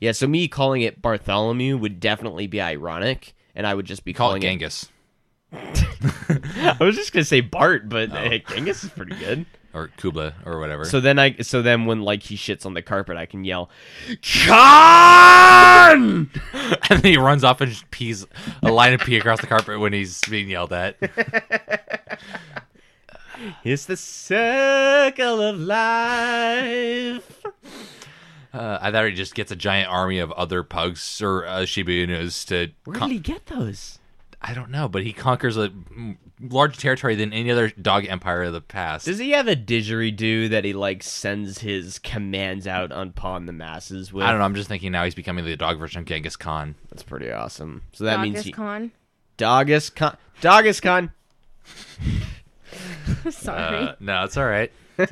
Yeah, so me calling it Bartholomew would definitely be ironic, and I would just be
Call
calling
it Genghis
I was just gonna say Bart, but eh, Genghis is pretty good.
or Kuba or whatever.
So then I, so then when like he shits on the carpet, I can yell, "Khan!"
and then he runs off and just pees a line of pee across the carpet when he's being yelled at.
It's the circle of life.
Uh, I thought he just gets a giant army of other pugs or uh, Shiba Inus to.
Where
con-
did he get those?
I don't know, but he conquers a mm, larger territory than any other dog empire of the past.
Does he have a didgeridoo that he like sends his commands out upon the masses with?
I don't know. I'm just thinking now he's becoming the dog version of Genghis Khan.
That's pretty awesome. So that means he,
Con.
Dogus Khan. Dogus Khan.
Sorry.
Uh, no, it's all right. I'll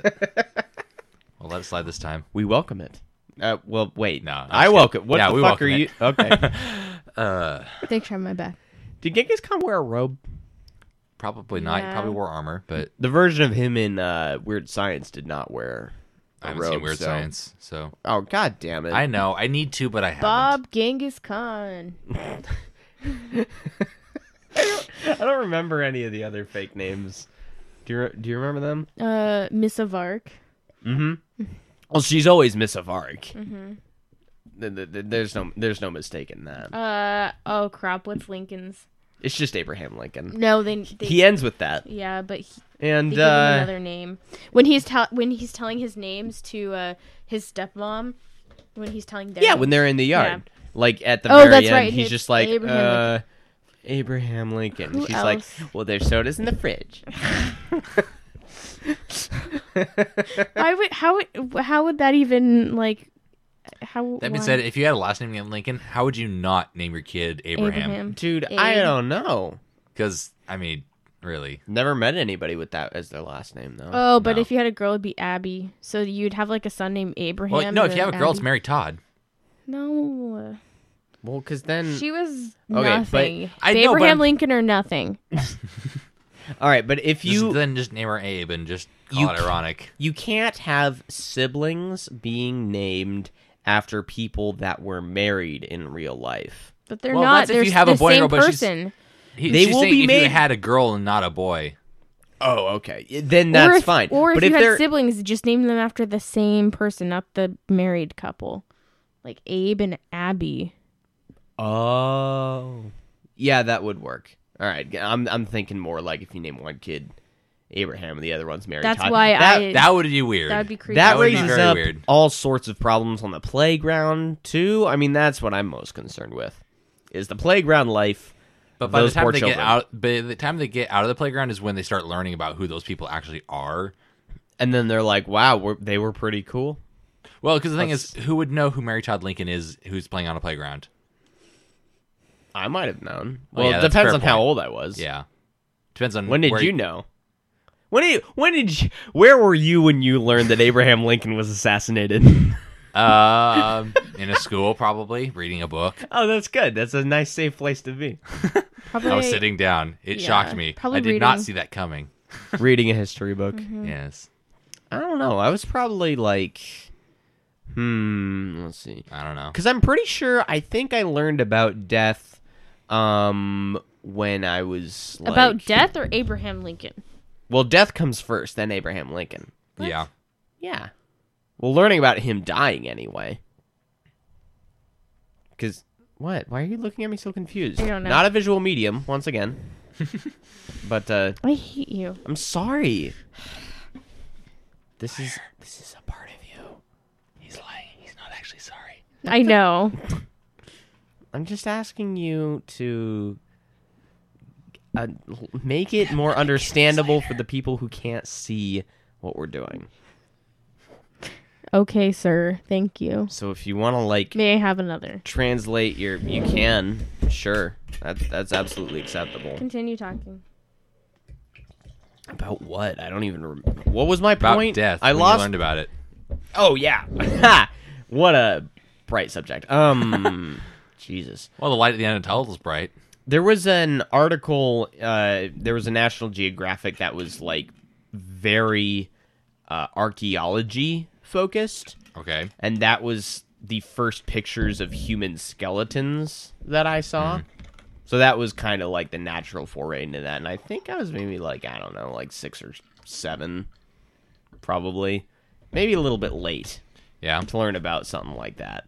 let it slide this time.
We welcome it. Uh, well, wait.
No, I'm
I
just
welcome.
kidding.
What
Yeah,
the
we
fuck are
welcome it.
you? Okay.
they tried my back.
Did Genghis Khan wear a robe?
Probably not. He
No.
probably wore armor, but
The version of him in uh, Weird Science did not wear a
I haven't
robe.
seen Weird
so-
Science, so uh,
Oh god damn it!
I know I need to, but I haven't.
Bob Genghis Khan.
I don't remember any of the other fake names. Do you re- do you remember them?
Uh, Miss Avark.
Well, she's always Miss Avark. Th- th- th- There's no, there's no mistaking that.
Uh, oh crap, what's Lincoln's?
It's just Abraham Lincoln.
No, they. they
He ends with that,
yeah, but he,
and
they give him
uh,
another name. When he's tell when he's telling his names to uh his stepmom, when he's telling their
yeah, when they're in the yard, like at the
Oh,
very
that's
end,
right,
he's
it's
just like
Abraham
uh, Abraham Lincoln.
Who
She's
else?
like, well, there's sodas in the fridge.
I would how would how would that even like how
That being
why?
said, if you had a last name named Lincoln, how would you not name your kid Abraham? uh,
Abraham.
Dude, I
Abe.
don't know.
Because I mean, really,
Never met anybody with that as their last name though.
Oh, but
No.
if you had a girl, it'd be Abby. So you'd have like a son named Abraham.
well, no.
and
If you
then
have a girl, it's
Abby.
Mary Todd.
No,
well, because then
she was
Okay, but
nothing.
Hmm. I know, but
Abraham
I'm-
Lincoln or nothing.
all right, but if
You
you
then just name her Abe and just call
You
it
ca-
ironic.
you can't have siblings being named after people that were married in real life.
But they're
Well,
not.
that's if
They're
you have a
the
boy and
same
girl, but she's-
person.
He,
They
she's
will
saying
be
if
made-
you had a girl and not a boy.
Oh, okay. Then
or
that's
if,
fine.
Or if
but
you
if
had
they're
siblings, just name them after the same person, not the married couple, like Abe and Abby.
oh, yeah, that would work. All right, I'm I'm thinking more like if you name one kid Abraham, and the other one's Mary.
That's
Todd.
why
That-
I
That would be weird.
that'd be creepy.
that
would be
raises
very
up
weird.
all sorts of problems on the playground too. I mean, that's what I'm most concerned with is the playground life.
But
of
by the
those
time
poor
they
children.
get out, by the time they get out of the playground is when they start learning about who those people actually are.
and then they're like, "Wow, we're, they were pretty cool."
Well, because the thing
That's-
is, who would know who Mary Todd Lincoln is? Who's playing on a playground?
I might have known.
Well,
Well,
yeah,
it
that's a
depends
fair
on how
point.
old I was.
Yeah, depends on
When did
where
you know? When did when did you, where were you when you learned that Abraham Lincoln was assassinated?
Um, in a school, probably reading a book.
oh, that's good. That's a nice safe place to be.
Probably,
I was sitting down. It
Yeah,
shocked me.
probably
I did not
reading. Mm.
see that coming.
Reading a history book.
Mm-hmm.
Yes,
I don't know. I was probably like, hmm. Let's see.
I don't know.
Because I'm pretty sure I think I learned about death, um, when I was like,
about death or Abraham Lincoln.
Well, death comes first, then Abraham Lincoln.
Yeah,
Yeah. Well, learning about him dying anyway. Because what? Why are you looking at me so confused?
I don't know.
Not a visual medium, once again. but uh,
I hate you.
I'm sorry. This is this is a part of you.
he's lying. He's not actually sorry.
I know.
I'm just asking you to uh, l- make it more understandable for the people who can't see what we're doing.
Okay, sir. Thank you.
So if you want to like
May I have another?
translate your you can sure that that's absolutely acceptable
Continue talking.
about what i don't even remember what was my
About
point
death.
i
when
lost
You learned about it.
oh yeah Ha! what a bright subject um jesus
Well, the light at the end of the tunnel is bright.
there was an article uh there was a national geographic that was like very uh archaeology focused
Okay.
and that was the first pictures of human skeletons that I saw. So that was kind of like the natural foray into that, and I think I was maybe like I don't know, like six or seven, probably, maybe a little bit late
Yeah.
to learn about something like that.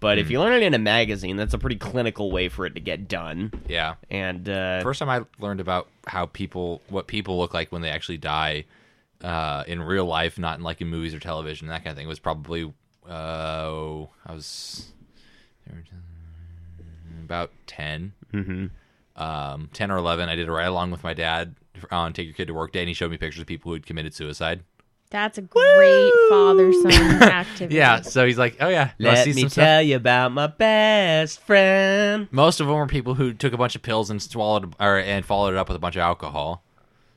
But if you learn it in a magazine, that's a pretty clinical way for it to get done.
Yeah.
And uh,
First time I learned about how people, what people look like when they actually die uh, in real life, not in like in movies or television, that kind of thing, was probably uh, I was about 10 um, ten or eleven. I did a ride along with my dad on Take Your Kid to Work Day, and he showed me pictures of people who had committed suicide.
That's a great father son activity.
Yeah, so he's like, "Oh yeah, you wanna
let
see
me
some
tell
stuff?"
you about my best friend.
Most of them were people who took a bunch of pills and swallowed or and followed it up with a bunch of alcohol.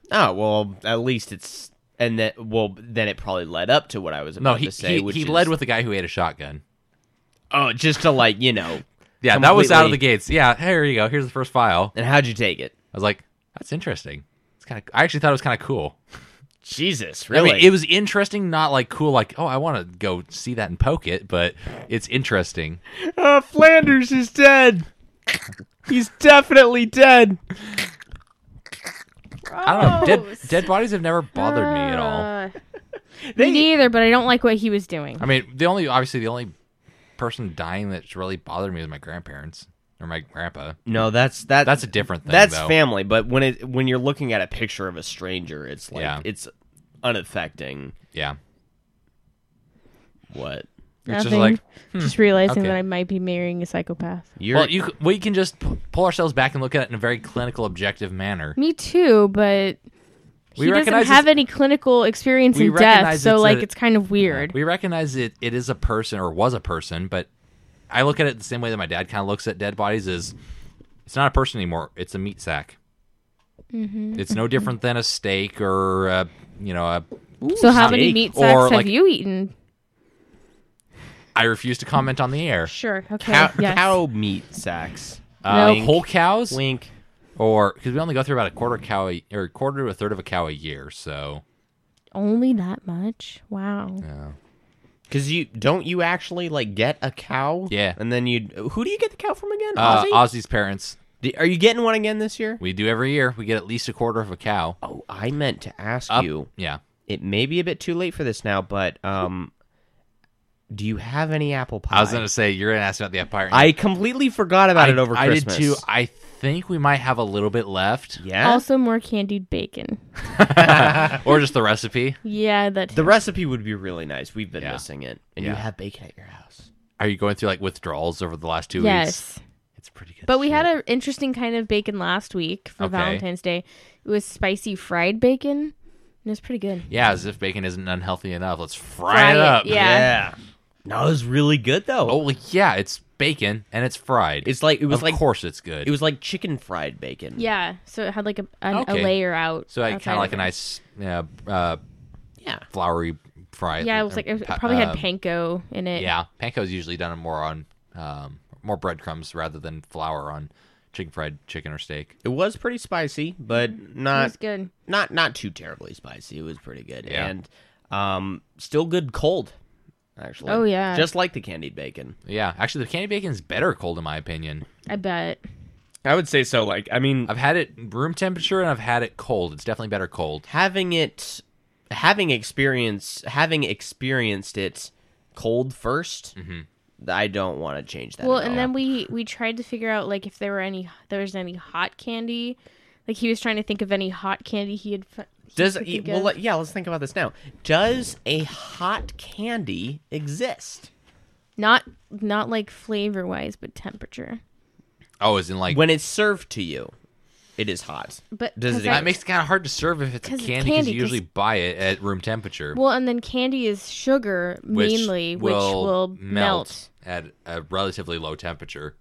Oh well, at least it's and that well then it probably led up to what I was about
No, he
to say.
he,
which
he
is,
led with a guy who ate a shotgun.
oh just to like you know
Yeah, that was out of the
completely-
gates. Yeah, here you go. Here's the first file.
And how'd you take it?
I was like, that's interesting. It's kind of. I actually thought it was kind of cool.
Jesus,
I mean,
really?
it was interesting, not like cool. Like, oh, I want to go see that and poke it, but it's interesting.
Uh, Flanders is dead. He's definitely dead.
I don't know. Dead,
Oh.
Gross.
dead bodies have never bothered me at all.
Uh, me neither, but I don't like what he was doing.
I mean, the only obviously the only person dying that's really bothered me was my grandparents or my grandpa.
No, that's that.
That's a different thing.
that's
though.
family. But when it when you're looking at a picture of a stranger, it's like
Yeah.
it's unaffecting.
Yeah,
What
it's just
Nothing.
like hmm,
just realizing
okay.
that I might be marrying a psychopath.
you're
well, you c- we can just p- pull ourselves back and look at it in a very clinical, objective manner.
Me too, but
We
he doesn't
recognize
have
it's-
any clinical experience
We
in death,
recognize
so
it's
like
a-
it's kind of weird.
We recognize it. It is a person or was a person, but I look at it the same way that my dad kind of looks at dead bodies: is it's not a person anymore. It's a meat sack.
Mm-hmm.
It's no different than a steak or a, you know. A,
so how many
steak.
meat
Or,
sacks have
like-
you eaten?
I refuse to comment on the air.
Sure. Okay.
cow,
yes.
cow meat sacks.
Uh,
Nope.
Whole cows,
Wink.
or because we only go through about a quarter cow a, or a quarter to a third of a cow a year. So
Only that much? Wow.
Because you don't you actually like get a cow?
Yeah.
And then you who do you get the cow from again?
uh,
Ozzy?
Ozzy's parents,
Do- Are you getting one again this year?
we do every year. We get at least a quarter of a cow.
Oh, I meant to ask
Up-
you.
Yeah.
It may be a bit too late for this now, but um, do you have any apple pie?
I was gonna say you're gonna ask about the Empire.
I completely forgot about it over
I
Christmas.
did too. I think we might have a little bit left,
yeah.
Also, more candied bacon.
or just the recipe.
Yeah, that.
the recipe would be really nice. We've been
Yeah.
missing it. And you
Yeah.
have bacon at your house.
Are you going through like withdrawals over the last two weeks?
yes,
It's pretty good.
but we had
shit.
an interesting kind of bacon last week for
Okay.
Valentine's Day. It was spicy fried bacon, and it was pretty good.
yeah, as if bacon isn't unhealthy enough. Let's fry,
Fry
it
it,
up.
yeah.
No, it was really good though.
Oh well, yeah, it's bacon and it's fried.
It's like it was
of
like
course it's good.
it was like chicken fried bacon.
Yeah, so it had like a an,
Okay.
a layer out.
so I
outside
kind of like
it.
a nice yeah, uh,
Yeah.
floury fry.
Yeah, it was like it
pa-
probably
uh,
had panko in it.
Yeah, panko is usually done more on um, more breadcrumbs rather than flour on chicken fried chicken or steak.
It was pretty spicy, but
Mm-hmm. it
not
was good.
not not too terribly spicy. It was pretty good.
Yeah.
And um still good cold actually.
Oh, yeah.
Just like the candied bacon.
Yeah, actually, the candy bacon is better cold in my opinion.
I bet.
I would say so like I mean
I've had it room temperature and I've had it cold. It's definitely better cold.
having it having experience having experienced it cold 1st I don't want to change that.
Well,
at
and
all.
then we we tried to figure out like if there were any there was any hot candy. Like he was trying to think of any hot candy he had. fi- he
Does e,
could think
well,
of.
let- yeah. Let's think about this now. Does a hot candy exist?
not not like flavor wise, but temperature.
Oh, is in like
When it's served to you, it is hot.
But
Does
'cause
it-
I-
that makes it kind of hard to serve if it's
'Cause
candy
it's
because
candy,
you usually buy it at room temperature,
well, and then candy is sugar
which
mainly, which
will,
will
melt, at a relatively low temperature.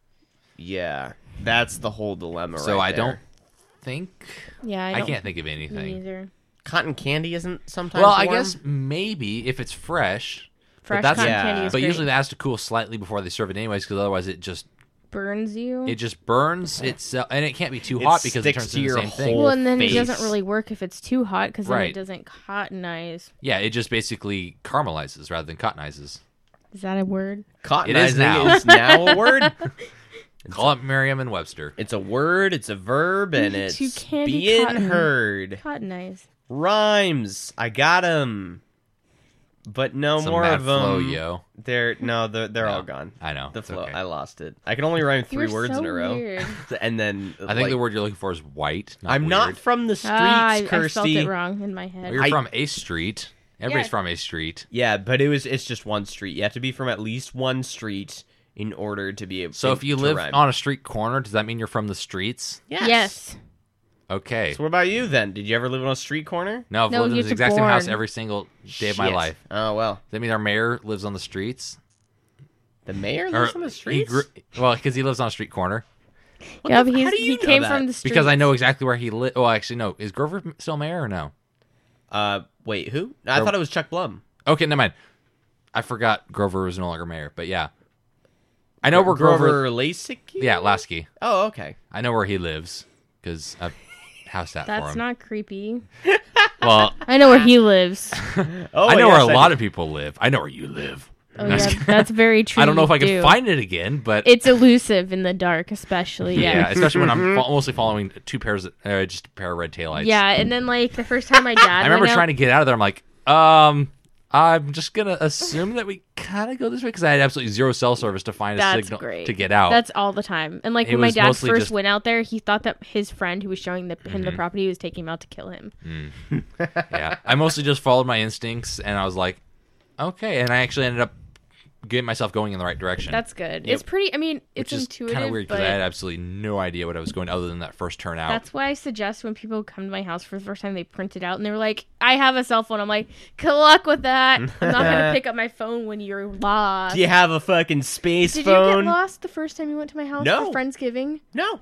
Yeah, that's the whole dilemma.
so
right
I
there.
don't think
Yeah, I,
I,
don't
can't think of
me
anything.
either.
Cotton candy isn't sometimes.
Well, I
warm?
guess maybe if it's fresh,
Fresh
that's-
cotton
Yeah.
candy is
but
great.
usually that has to cool slightly before they serve it anyways because otherwise it just
burns you.
it just burns itself and it can't be too
It
hot because it
sticks
turns
to
into
your
the same thing.
whole-
well, and then it
face.
doesn't really work if it's too hot because then
Right.
it doesn't cottonize.
Yeah, it just basically caramelizes rather than cottonizes.
Is that a word?
cotton
It is now.
is now a word.
Call up Merriam and Webster.
It's a word. It's a verb, and
need to
it's
candy
being
cotton.
heard.
Cottonize.
Rhymes. I got 'em. But no
Some
more
mad
of them.
flow, yo.
They're no, they're they're
No,
all gone.
I know,
the
it's
flow.
okay.
I lost it. I can only rhyme 3
You're
words
so
in a row,
Weird.
and then
I think the word you're looking for is white. Not
I'm not
weird.
from the streets,
ah, I, I spelled
Kirsty.
it wrong in my head.
Well, You're
I-
from a street. Everybody's
Yeah.
from a street.
Yeah, but it was it's just one street. You have to be from at least one street in order to be able.
So if you
to
live
rhyme.
on a street corner, does that mean you're from the streets?
Yes.
Okay.
So what about you then? Did you ever live on a street corner?
No, I've
No,
lived in
you're
this exact same house
born.
every single day of my
Shit.
life. Does
Oh well,
that mean our mayor lives on the streets?
the mayor
Or
lives on the
he
streets.
grew- well, because he lives on a street corner.
Yeah,
the-
but he's,
how do you
he
know
came
that?
from the street.
Because I know exactly where he lives. Well, actually, no. Is Grover still mayor or no?
uh, wait, who? I
Or-
thought it was Chuck Blum.
Okay, never mind. I forgot Grover was no longer mayor, but yeah. I know where Grover.
Grover Lasik.
Yeah, Lasky.
Oh, okay.
I know where he lives because I've house that for
That's
him.
not creepy.
well,
I know where he lives.
Oh,
I know
yes,
where a lot of people live. I know where you live.
Oh yeah, that's very true.
I don't know if
you
I can
do.
find it again, but
It's elusive in the dark, especially.
yeah,
Yeah. Mm-hmm.
especially when I'm fo- mostly following two pairs, of, uh, just a pair of red taillights.
Yeah, and then like the first time my dad.
I remember
went out-
trying to get out of there. I'm like, um, I'm just gonna assume that we kind of go this way because I had absolutely zero cell service to find a
That's
signal
great.
to get out.
That's all the time. And like
It
when my
was
dad first
mostly just- Mm-hmm.
went out there, he thought that his friend who was showing the, him the property was taking him out to kill him.
yeah, I mostly just followed my instincts, and I was like, okay, and I actually ended up getting myself going in the right direction.
That's good. It's pretty. I mean, it's
which is
intuitive,
kind of weird
but
because I had absolutely no idea what I was going other than that first turn
Oh.
out.
that's why I suggest when people come to my house for the first time, they print it out and they're like, "I have a cell phone." I'm like, "Good luck with that. I'm not gonna pick up my phone when you're lost."
Do you have a fucking space
Did
phone?
you get lost the first time you went to my house
No.
for Friendsgiving?
No,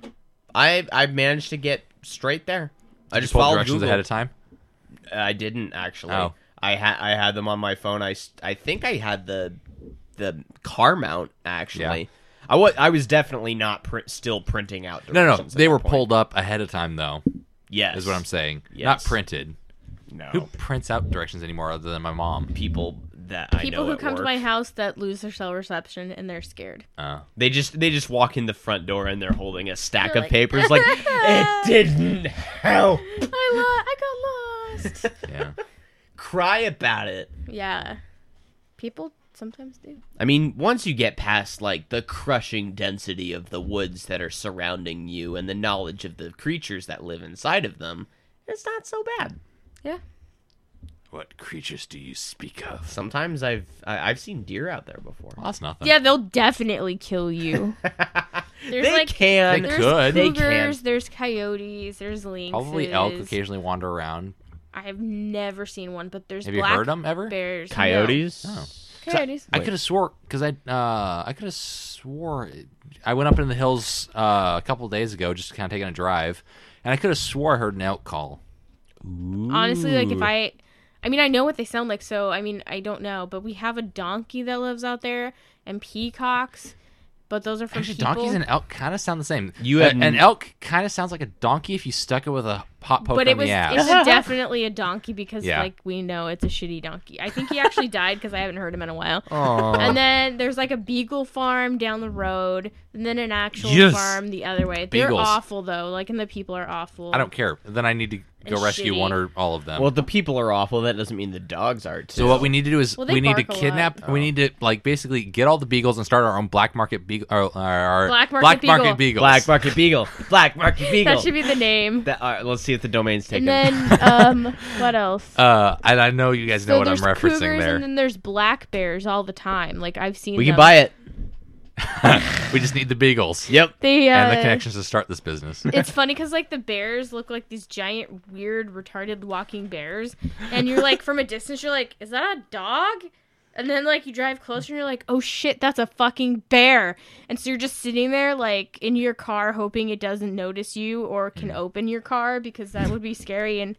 I I managed to get straight there. I
You
just
pulled
followed
directions
Google.
ahead of time.
I didn't actually.
Oh.
I had I had them on my phone. I, s- I think I had the the car mount actually.
Yeah.
I was I was definitely not pr- still printing out.
No, no,
directions at
they
that
were
point.
pulled up ahead of time though.
Yes,
Is what I'm saying. Not
Yes.
printed.
No,
Who prints out directions anymore other than my mom?
people that I
People
know
who
at
come to
work,
my house that lose their cell reception and they're scared.
Uh,
They just they just walk in the front door and they're holding a stack
They're
of
like,
papers like it didn't help.
I lo- I got lost.
yeah.
Cry about it.
yeah, people sometimes do.
I mean, once you get past like the crushing density of the woods that are surrounding you and the knowledge of the creatures that live inside of them, it's not so bad.
Yeah.
What creatures do you speak of?
Sometimes I've I, I've seen deer out there before.
Well, that's nothing.
Yeah, they'll definitely kill you. There's
they
like
can.
They
there's
could.
They can.
cougars, there's coyotes, there's lynxes.
Probably elk occasionally wander around.
I've never seen one, but there's
Have you
black
heard 'em ever?
Bears, No.
Coyotes.
Oh.
Coyotes.
I could have swore because I uh, I could have swore I went up in the hills uh, a couple days ago just kind of taking a drive, and I could have swore I heard an elk call.
Honestly, like if I, I mean, I know what they sound like, so I mean, I don't know, but we have a donkey that lives out there and peacocks, but those are from
Actually,
people.
donkeys and elk kind of sound the same.
You
A-
had-
an elk kind of sounds like a donkey if you stuck it with a hot poke
but
on
it was
the ass.
it was definitely a donkey because
Yeah.
like we know it's a shitty donkey. I think he actually died because I haven't heard him in a while.
Aw.
And then there's like a beagle farm down the road, and then an actual
Yes.
farm the other way. They're
Beagles.
awful though. Like and the people are awful.
I don't care. Then I need to go
It's
rescue
shitty.
one or all of them.
Well, the people are awful. That doesn't mean the dogs are too.
Oh. so what we need to do is
Well, they
we need to
bark a lot.
kidnap. We need to like basically get all the beagles and start our own black market beagle. Or, our
Black market beagle.
beagles.
black market beagle, black market beagle.
That should be the name.
That- all right, let's see if the domain's
and
taken.
then um, what else?
Uh, and I know you guys know
so
what I'm
there's
referencing
cougars
there.
and then there's black bears all the time. Like I've seen.
we can
them.
buy it.
we just need the beagles.
Yep.
They uh,
And the connections to start this business.
it's funny because like the bears look like these giant, weird, retarded walking bears, and you're like from a distance, you're like, is that a dog? And then like you drive closer, and you're like, oh shit, that's a fucking bear. And so you're just sitting there like in your car, hoping it doesn't notice you or
Mm.
can open your car because that would be scary and.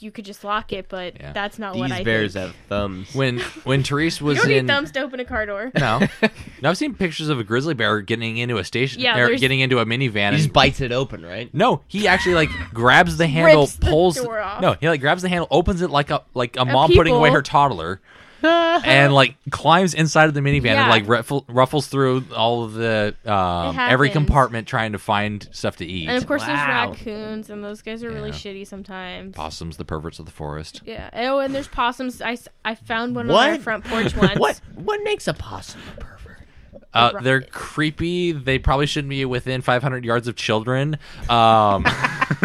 You could just lock it, but
Yeah.
that's not what
These
I
bears
think.
have thumbs.
When when Therese was
You don't
in
need thumbs to open a car door.
no, no, I've seen pictures of a grizzly bear getting into a station,
Yeah,
or
there's-
getting into a minivan.
He
and
just bites it open, right?
No, he actually like grabs the handle,
Rips the
pulls.
door off.
No, he like grabs the handle, opens it like a like a, mom putting away
people.
her toddler, and like climbs inside of the minivan
Yeah.
and like ruffle, ruffles through all of the um, every
happens.
compartment trying to find stuff to eat.
And of course,
Wow.
there's raccoons, and those guys are really
Yeah.
shitty sometimes.
possums, the perverts of the forest.
Yeah. Oh, and there's possums. I, s- I found one on our
What?
front porch once.
What what makes a possum a pervert?
Uh, they're creepy. They probably shouldn't be within 500 yards of children. Um,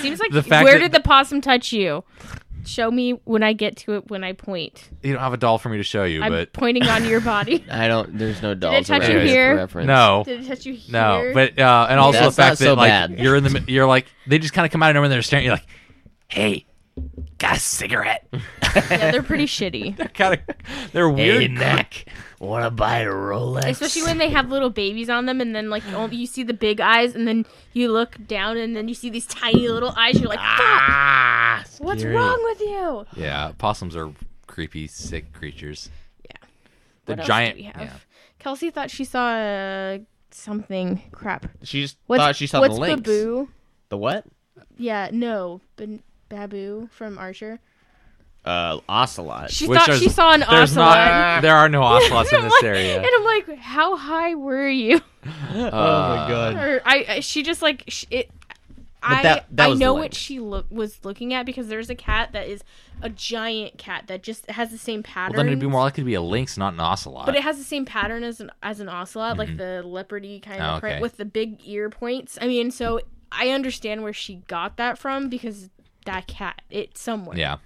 Seems like
The fact
where
that-
did the possum touch you? Show me when I get to it when I point.
you don't have a doll for me to show you,
I'm
but
pointing on your body.
I don't. There's no dolls.
touch
around
you
for
here?
reference.
no.
Did it touch you here?
No, but uh, and also
That's
the
not
fact that
so
like
bad.
you're in the mi- you're like they just kind of come out of nowhere and they're staring. You're like, hey, got a cigarette?
yeah, they're pretty shitty.
kind of they're weird.
Hey Mac, wanna buy a Rolex?
Especially when they have little babies on them, and then like only you see the big eyes, and then you look down, and then you see these tiny little eyes. You're like, "Fuck!
ah,
What's
scary.
wrong with you?"
yeah, possums are creepy, sick creatures.
Yeah.
the
What else do
giant.
we have?
Yeah.
Kelsey thought she saw uh, something. Crap.
She just
What's,
thought she saw
what's
the links.
Baboo?
The what?
Yeah, no, but Babu from Archer.
Uh, ocelot.
She
Which
thought
there's-
she saw an
There's
ocelot.
not. There are no ocelots in
I'm
this
like-
area.
And I'm like, how high were you?
oh my god.
Or I, I she just like sh it. I
that- that
I
was
know
the
what
lynx.
she look was looking at because there's a cat that is a giant cat that just has the same pattern.
Well, then it'd be more likely to be a lynx, not an ocelot.
but it has the same pattern as an as an ocelot, like the leopardy kind of
Oh,
print
Mm-hmm. okay.
with the big ear points. I mean, so I understand where she got that from because that cat it's somewhere.
yeah.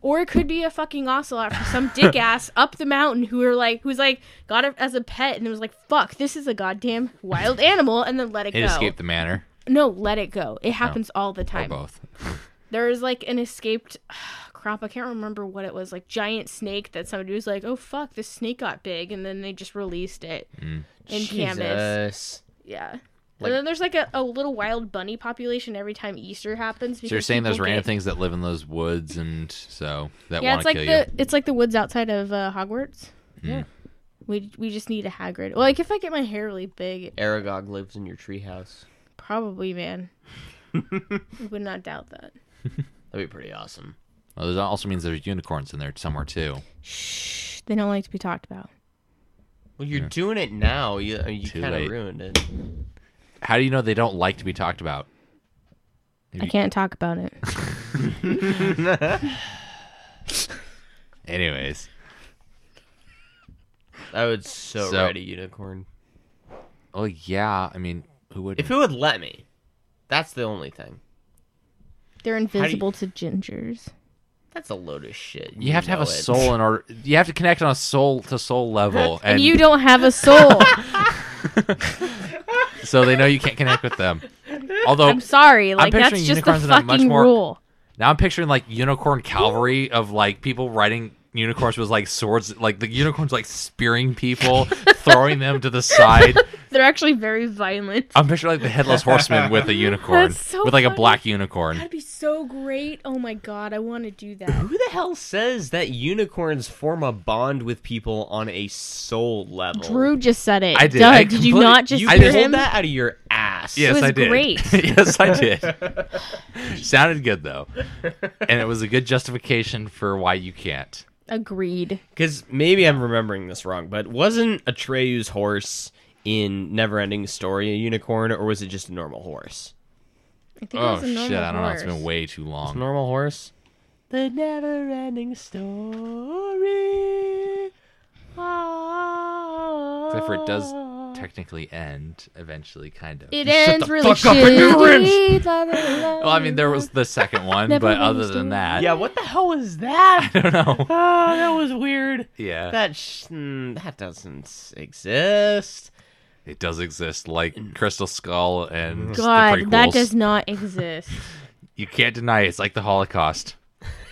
Or it could be a fucking ocelot for some dick ass up the mountain who are like who's like got it as a pet and was like, fuck, this is a goddamn wild animal and then let it,
It
go.
escaped the manor,
No, let it go. It happens all the
or
time.
both.
There is like an escaped crap, I can't remember what it was, like giant snake that somebody was like, Oh fuck, this snake got big and then they just released it
Mm.
in Canvas.
Jesus.
Yeah.
Like-
and then there's like a, a little wild bunny population every time Easter happens.
So you're saying
people
those random
get-
things that live in those woods and so that
Yeah,
want
it's
to
like
kill Mm.
the it's like the woods outside of uh, Hogwarts.
Yeah.
We we just need a Hagrid. Well, like if I get my hair really big,
Aragog lives in your treehouse.
probably man. I would not doubt that.
That'd be pretty awesome.
you. Well, that also means there's unicorns in there somewhere too.
Shh, they don't like to be talked about.
Well, you're doing it now. You I mean, you
Too
kind of
late.
ruined it.
How do you know they don't like to be talked about?
I can't talk about it.
Anyways,
I would so,
So-
ride a unicorn
Oh yeah, I mean, who would?
if it would let me. That's the only thing.
They're invisible to gingers.
That's a load of shit.
you have to have
know
a
it.
soul in order. You have to connect on a soul to soul level,
And, Oh, you don't have a soul.
so they know you can't connect with them. Although
I'm sorry. Like that's
picturing
just the
unicorns in a much
fucking
more-
rule.
now I'm picturing like unicorn cavalry of like people riding unicorns with like swords, like the unicorns like spearing people, throwing them to the side.
They're actually very violent.
I'm picturing like the headless horseman with a unicorn,
That's so
with like a
funny.
black unicorn.
That'd be so great. Oh my god, I want to do that.
Who the hell says that unicorns form a bond with people on a soul level?
Drew just said it.
I did.
Doug,
I
did you
completely-
not just
you
I
hear
just-
pulled
him?
that out of your ass.
Yes,
was
I did.
great.
yes, I did. Sounded good though, and it was a good justification for why you can't.
Agreed.
Because maybe I'm remembering this wrong, but wasn't Atreyu's horse in Neverending Story a unicorn, or was it just a normal horse?
I think it
Oh
was a normal
shit! I don't know. It's
horse.
been way too long.
Normal horse. The Neverending Story. Ah.
Except for it does technically end eventually, kind of.
It
You shut
ends
the
really
fuck up and you're rich!
shitty. la, la, la,
Well, I mean, there was the second one,
Never
but
really
other than
understood.
that,
Yeah, what the hell was that?
I don't know.
Oh, that was weird.
Yeah,
That sh- mm, that doesn't exist.
it does exist, like Crystal Skull and the
God, that
prequels.
does not exist.
You can't deny it. it's like the Holocaust.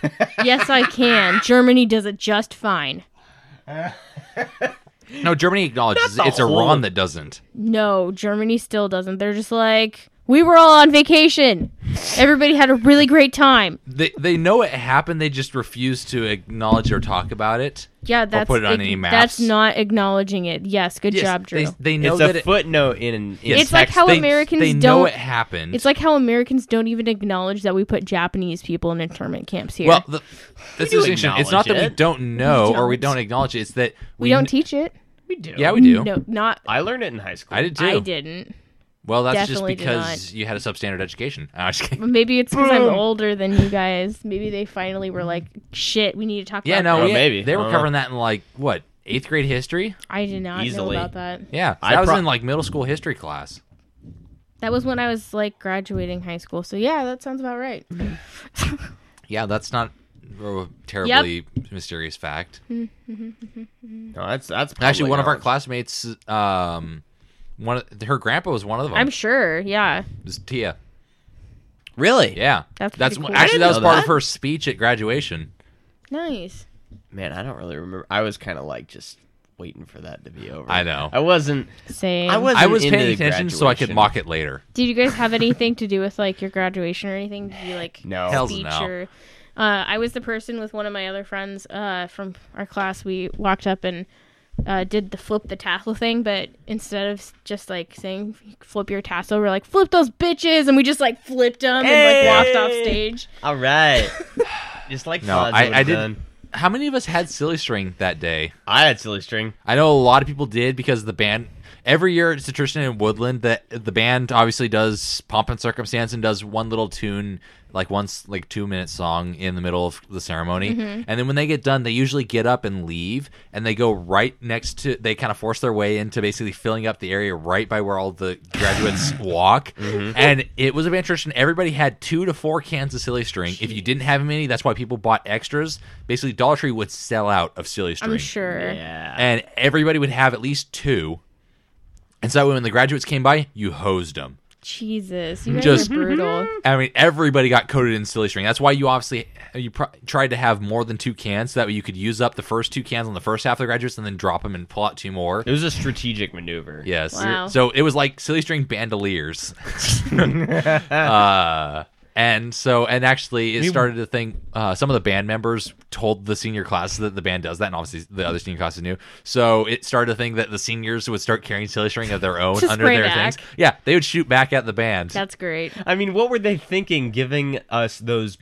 yes, I can. Germany does it just fine.
No, Germany acknowledges
Not the
it's
whole-
Iran that doesn't.
No, Germany still doesn't. They're just like, we were all on vacation. Everybody had a really great time.
They they know it happened. They just refuse to acknowledge or talk about it.
Yeah, that's
put it on
ig-
any maps.
That's not acknowledging it. Yes, good
Yes,
job, Drew.
They, they know
it's
that
a
it,
footnote in. in
It's like
text.
how
they,
Americans
they know
don't-
it happened.
it's like how Americans don't even acknowledge that we put Japanese people in internment camps here.
well, the, this
do
is interesting. It's not that we
acknowledge it.
don't know or we
don't.
don't acknowledge it. It's that
we, don't
kn-
teach it.
we do.
Yeah, we do.
No, not.
I learned it in high school.
I did too.
I didn't.
Well, that's
Definitely
just
did
because you had a substandard education. I'm just kidding.
But maybe it's because I'm older than you guys. Maybe they finally were like, "Shit, we need to talk
Yeah,
about."
no,
Oh,
we-
maybe.
they
I
were
don't know.
covering that in like what eighth grade history.
I did not
Easily.
know about that.
Yeah, so
I
that was
pro-
in like middle school history class.
That was when I was like graduating high school. So yeah, that sounds about right.
Yeah, that's not a terribly mysterious fact.
No, that's that's
Actually,
public
one of our
knowledge.
classmates, um, one of, her grandpa was one of them.
I'm sure. Yeah,
It was Tia.
Really?
Yeah,
That's pretty
one-
cool. I
actually
didn't
that was
know
part of
that.
her speech at graduation.
nice.
Man, I don't really remember. I was kind of like just waiting for that to be over.
I know.
I wasn't.
Same.
I wasn't.
I was
into
paying
the
attention so I could
graduation.
mock it later.
Did you guys have anything to do with like your graduation or anything? Did you like
No.
Hells
speech
no.
or? Uh, I was the person with one of my other friends uh, from our class. We walked up and uh, did the flip the tassel thing, but instead of s- just like saying flip your tassel, we're like flip those bitches, and we just like flipped them and like walked off
Hey!
stage.
All right. Just like
No,
Fonz
I-
would've
I didn't-
done.
How many of us had silly string that day?
I had silly string.
I know a lot of people did because the band every year it's a tradition in Woodland that the band obviously does pomp and circumstance and does one little tune like once like two minute song in the middle of the ceremony and then when they get done they usually get up and leave and they go right next to they kind of force their way into basically filling up the area right by where all the graduates walk and it was a band tradition everybody had two to four cans of silly string if you didn't have many that's why people bought extras basically Dollar Tree would sell out of silly string
I'm sure.
Yeah.
and everybody would have at least two. And so when the graduates came by, you hosed them.
Jesus, you guys
Just-
are brutal.
I mean, everybody got coated in silly string. That's why you obviously you pr- tried to have more than two cans, so that way you could use up the first two cans on the first half of the graduates, and then drop them and pull out two more.
It was a strategic maneuver.
Yes.
Wow.
So it was like silly string bandoliers. uh, and so, and actually, it started to think. Uh, some of the band members told the senior classes that the band does that, and obviously the other senior classes knew. So it started to think that the seniors would start carrying silly string of their own
To
under
spray
their
back.
things. Yeah, they would shoot back at the band.
That's great.
I mean, what were they thinking giving us those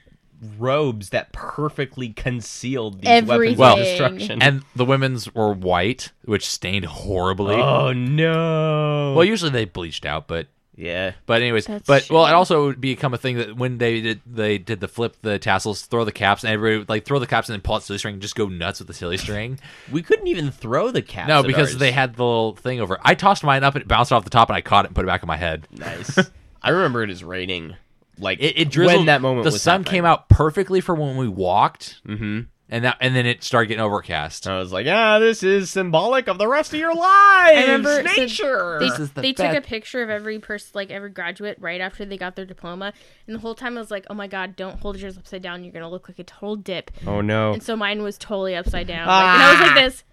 robes that perfectly concealed these weapons
Well-
of destruction?
and the women's were white, which stained horribly.
oh no.
Well, usually they bleached out, but
Yeah.
But anyways,
That's
but well, it
shitty.
also would become a thing that when they did they did the flip the tassels, throw the caps, and everybody would, like throw the caps and then pull out the silly string, and just go nuts with the silly string.
We couldn't even throw the caps.
no,
at
because
ours.
they had the little thing over. it. I tossed mine up and it bounced off the top, and I caught it and put it back in my head.
nice. I remember it is raining. Like
It, it drizzled.
When that moment
the
was
sun
happening.
came out perfectly for when we walked,
Mm-hmm.
and that and then it started getting overcast.
I was like, ah, this is symbolic of the rest of your lives.
I remember- so
nature.
They,
is the
they took a
best-
picture of every person, like every graduate, right after they got their diploma. And the whole time I was like, oh my God, don't hold yours upside down. You're going to look like a total dip.
Oh no.
And so mine was totally upside down. Like, and I was like
Ah.
this.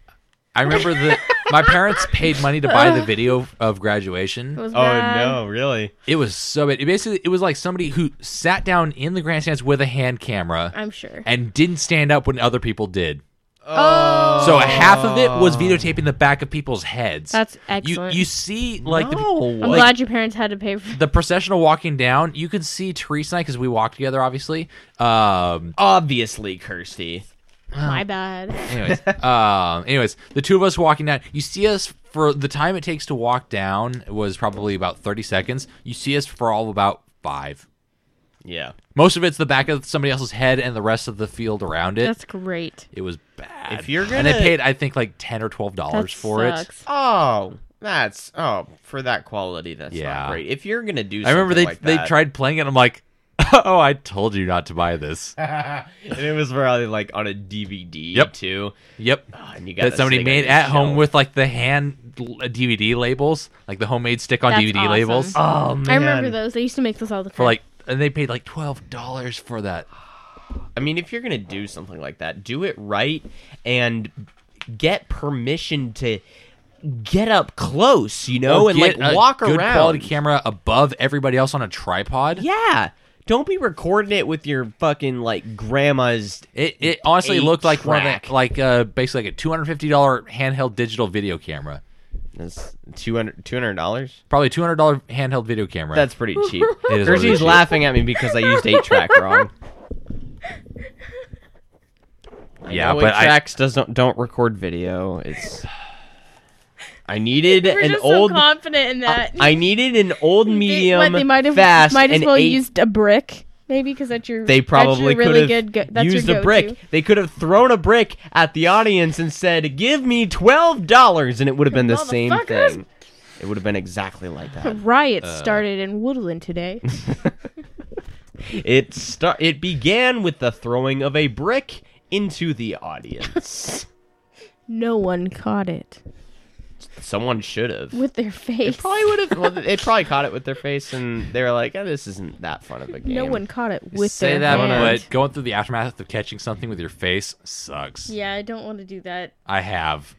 I remember that my parents paid money to buy the video of graduation.
It was
oh
bad.
no, really?
It was so bad. It basically, it was like somebody who sat down in the grandstands with a hand camera
I'm sure.
and didn't stand up when other people did.
Oh.
So half of it was videotaping the back of people's heads.
That's
you.
excellent.
You see, like the,
I'm
like,
glad your parents had to pay for
the processional walking down. You could see Teresa and I because we walked together, obviously. Um,
Obviously, Kirsty.
My bad.
anyways, um, anyways, the two of us walking down. You see us for the time it takes to walk down was probably about thirty seconds. You see us for all about five.
Yeah.
Most of it's the back of somebody else's head and the rest of the field around it.
That's great.
it was bad.
If you're
and they
gonna-
paid, I think like ten or twelve dollars for it.
sucks.
Oh, that's oh for that quality. That's
Yeah.
not great. If you're gonna do,
I remember they
something like
they
that-
tried playing it. I'm like, oh, I told you not to buy this.
and it was probably like on a DVD
Yep.
too.
Yep,
Oh, and you got
that
this
somebody
thing on
made
your
at home
shelf.
with like the hand l- DVD labels, like the homemade stick-on
That's
DVD
awesome.
labels
Oh man,
I remember those. They used to make those all the time.
for like, and they paid like twelve dollars for that.
I mean, if you're gonna do something like that, do it right and get permission to get up close. You know,
Or
Oh, and like
get a
walk
good
around.
quality camera above everybody else on a tripod.
Yeah. Don't be recording it with your fucking like grandma's.
It, it honestly
Eight
looked like one of
track.
the, like uh, basically like a two hundred fifty dollar handheld digital video camera,
That's two hundred two hundred dollars.
probably two hundred dollar handheld video camera.
That's pretty cheap.
It is really
Kirsty's
cheap.
laughing at me because I used eight track wrong. I
Yeah,
know
but
eight
I-
tracks doesn't don't record video. It's I needed
We're
an
just
old.
so confident in that.
I needed an old
They-
medium
what, they might have
fast
might as
and
well
eight-
used a brick, maybe because that's your.
They
that's
probably
your really
could have
good. Go- that's your
used a
go-to.
brick. They could have thrown a brick at the audience and said, "Give me twelve dollars," and it would have been the same
Motherfuckers.
thing. It would have been exactly like
A
that.
riot
Uh.
started in Woodland today.
It start. It began with the throwing of a brick into the audience.
no one caught it
Someone should have.
with their face.
It probably would have. Well, they probably caught it with their face, and they were like, oh, "This isn't that fun of a game."
no one caught it with
Say
their
that,
hand.
but going through the aftermath of catching something with your face sucks.
Yeah, I don't want to do that.
I have.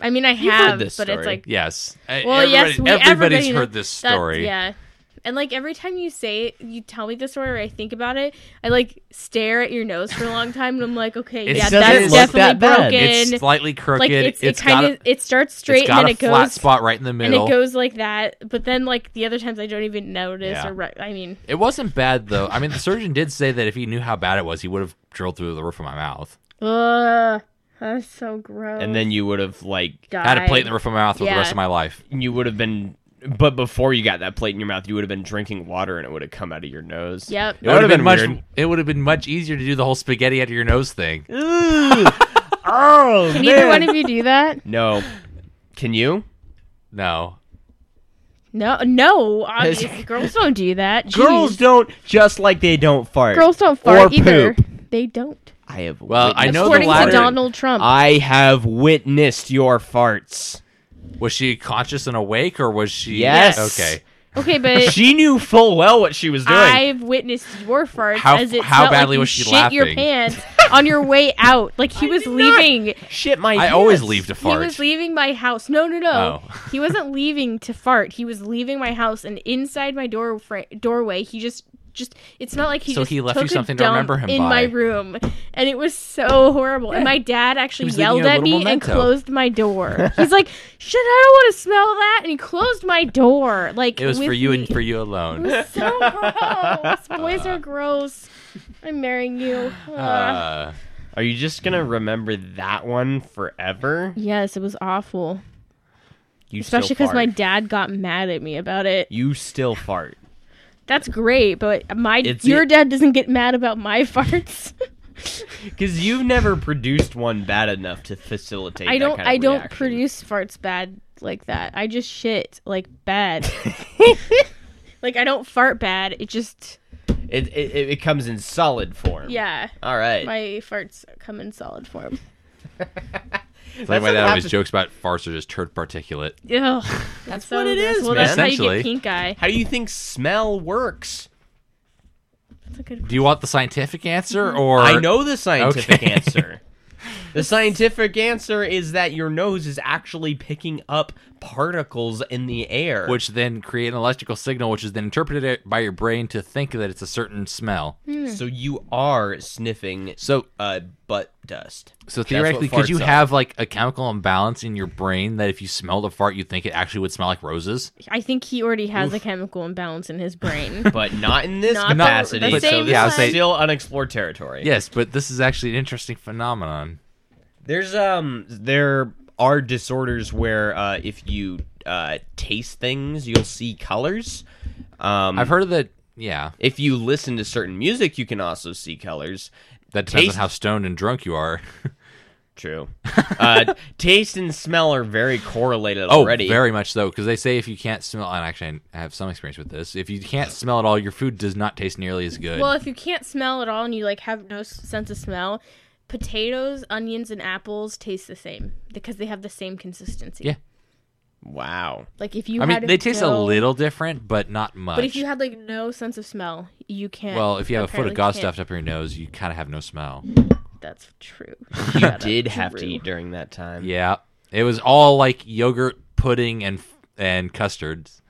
I mean, I
heard
have,
this
but it's
story.
like
Yes. I-
Well,
everybody-
yes, we,
everybody's
everybody
heard
knows-
this
that's-
story.
yeah, and like every time you say it, you tell me the story, or I think about it, I like stare at your nose for a long time, and I'm like, okay,
It
yeah,
doesn't
that's
look
definitely
that bad.
broken.
It's slightly crooked.
like it's, it
it's got
kind
a,
of it starts straight
it's got a
and then it
flat
goes
spot right in the
and
middle.
it goes like that, but then like the other times I don't even notice
Yeah.
or re- I mean,
It wasn't bad though. I mean, the surgeon did say that if he knew how bad it was, he would have drilled through the roof of my mouth.
ugh, that's so gross.
And then you would have like,
Died.
I had a plate in the roof of my mouth for the
Yeah.
rest of my life.
you would have been. But before you got that plate in your mouth, you would have been drinking water, and it would have come out of your nose.
Yep.
It would have
would've
been, much.
weird.
It would have been much easier to do the whole spaghetti out of your nose thing.
Oh
Can either one of you do that?
no! Can you?
No,
No, no. Obviously, girls don't do that. Jeez.
Girls don't just like they don't fart.
girls don't
or
fart either.
poop.
They don't.
I have.
Well, I
witnessed-
know the
According to
latter-
Donald Trump,
I have witnessed your farts.
was she conscious and awake, or was she?
Yes.
Okay.
okay, but
She knew full well what she was doing.
I've witnessed your farts
How-
as it
how
felt like
badly
you
was she
shit your
laughing?
pants on your way out. Like he was leaving.
Shit, my.
I always
pants.
leave to
He
fart.
was leaving my house. No, no, no.
Oh.
he wasn't leaving to fart. He was leaving my house, and inside my door fra- doorway, he just just. It's not like he
So
just
he left
took
you
a
something to
dump
remember him
in
by.
my room, and it was so horrible. And my dad actually
was leaving
yelled
you a
at me
little
and
memento.
closed my door. He's like, "Shit, I don't want to smell that," and he closed my door. Like
It was for
with
you
me.
and for you alone.
It was so gross. Boys are gross. I'm marrying you. Uh,
Uh,
Are you just gonna remember that one forever?
yes, it was awful.
You
Especially
because
because my dad got mad at me about it.
You still fart.
That's great, but my
It's
your
it-
dad doesn't get mad about my farts.
Because you've never produced one bad enough to facilitate.
I
that
don't.
kind of
I don't
reaction.
produce farts bad like that. I just shit like bad. like I don't fart bad. It just
It, it. It it comes in solid form.
yeah.
All right.
My farts come in solid form.
It's like
That's
why
what
that always
happens-
jokes about farts are just turd particulate.
Ugh. That's
what it is,
Well,
man.
that's how you
Essentially.
get pink eye.
How do you think smell works?
That's a good.
Do you want the scientific answer or
I know the scientific
Okay.
answer. The scientific answer is that your nose is actually picking up particles in the air.
which then create an electrical signal, which is then interpreted by your brain to think that it's a certain smell.
so you are sniffing
So,
uh, butt dust.
so
That's what
theoretically, could
farts
you
are.
have like a chemical imbalance in your brain that if you smelled a fart, you think it actually would smell like roses?
I think he already has a chemical imbalance in his brain.
But not in this
Not the-
capacity.
the
so
same
this
Yeah, I
is
say-
still unexplored territory.
Yes, but this is actually an interesting phenomenon.
There's um there are disorders where uh if you uh taste things you'll see colors. Um
I've heard of the yeah.
if you listen to certain music you can also see colors.
That depends
Taste-
on how stoned and drunk you are.
True. uh taste and smell are very correlated
Oh,
already.
very much so, because they say if you can't smell, and actually I have some experience with this. If you can't smell at all, your food does not taste nearly as good.
Well, if you can't smell at all and you like have no s- sense of smell, potatoes, onions, and apples taste the same because they have the same consistency.
Yeah.
Wow.
Like if you
I mean,
had
they taste
no-
a little different, but not much.
But if you had like no sense of smell, you can't.
well, if you have a foot
apparently
of God
can't.
stuffed up your nose, you kind of have no smell.
that's true.
You did have to
Drew.
eat during that time.
Yeah, it was all like yogurt, pudding, and and custards.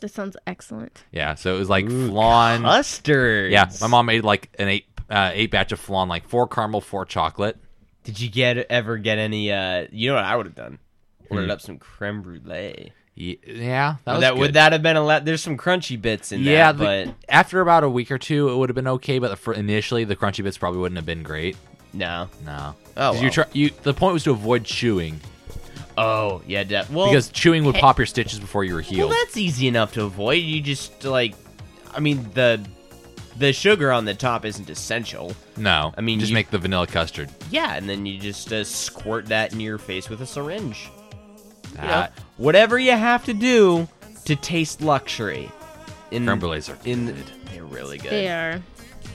That sounds excellent.
Yeah, so it was like flan.
Mustard.
Yeah, my mom made like an eight uh, eight batch of flan, like four caramel, four chocolate.
Did you get ever get any uh you know what I would have done?
Hmm.
Ordered up some creme brulee.
Ye- Yeah,
Would
that was
that
good.
would that have been a lot? There's some crunchy bits in
yeah,
that,
the-
but
after about a week or two, it would have been okay. But the, fir- initially, the crunchy bits probably wouldn't have been great.
no.
No.
Oh,
'Cause
well.
you try, you the point was to avoid chewing
Oh yeah, de- well
because chewing would
hey-
pop your stitches before you were
well
healed.
that's easy enough to avoid. You just like, I mean the the sugar on the top isn't essential.
no,
I mean,
just
you-
make the vanilla custard.
Yeah, and then you just uh, squirt that in your face with a syringe. You know,
That
whatever you have to do to taste luxury. In
creme brulees are
in
good.
they're really good.
They are.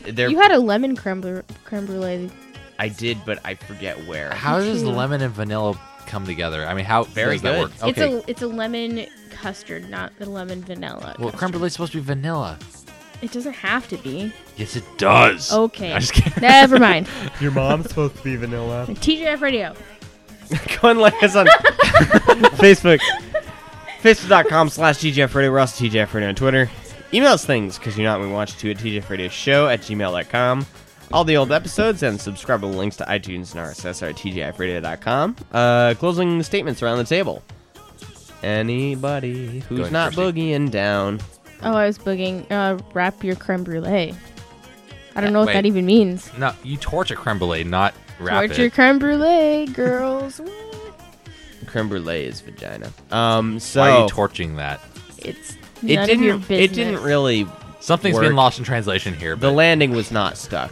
They're
You had a lemon creme, br- creme brulee.
I did, but I forget where.
How does
True.
lemon and vanilla come together? I mean, how
Hmm. Very
does that
good.
work? Okay.
It's a it's a lemon custard, not the lemon vanilla.
well, creme brulee is supposed to be vanilla.
It doesn't have to be.
Yes, it does.
Okay.
I'm just kidding.
Never mind.
Your mom's supposed to be vanilla.
TGF Radio.
Go and like us on Facebook. Facebook.com slash TGF Radio. We're also TGF Radio on Twitter. Email us things because you're not we watch to at TGF Radio Show at gmail.com. All the old episodes and subscribable links to iTunes and RSS are at TGFradio.com. Uh, closing the statements around the table. Anybody who's
ahead,
not
Christy.
boogieing down.
Oh, I was booging. Uh, wrap your creme brulee. I don't know what
Wait.
that even means.
No, you torch a creme brulee, not wrap
Torture
it.
creme brulee, girls.
Creme brulee is vagina. Um, so
Why are you torching that?
it's
it
none
didn't.
of your business.
It didn't really.
Something's
Work.
been lost in translation here.
The
But
landing was not stuck.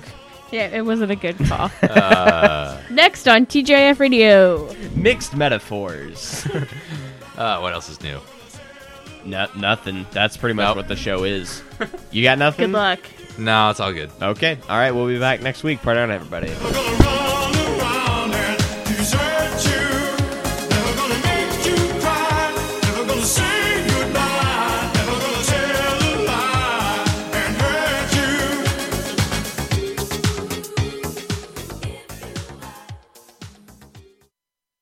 Yeah, it wasn't a good call.
Uh.
Next on TJF Radio.
Mixed metaphors.
uh, what else is new?
No, nothing. That's pretty much
Nope.
what the show is. You got nothing?
Good luck.
No, it's all good.
Okay. All right. We'll be back next week. Part on, everybody.
We're gonna run.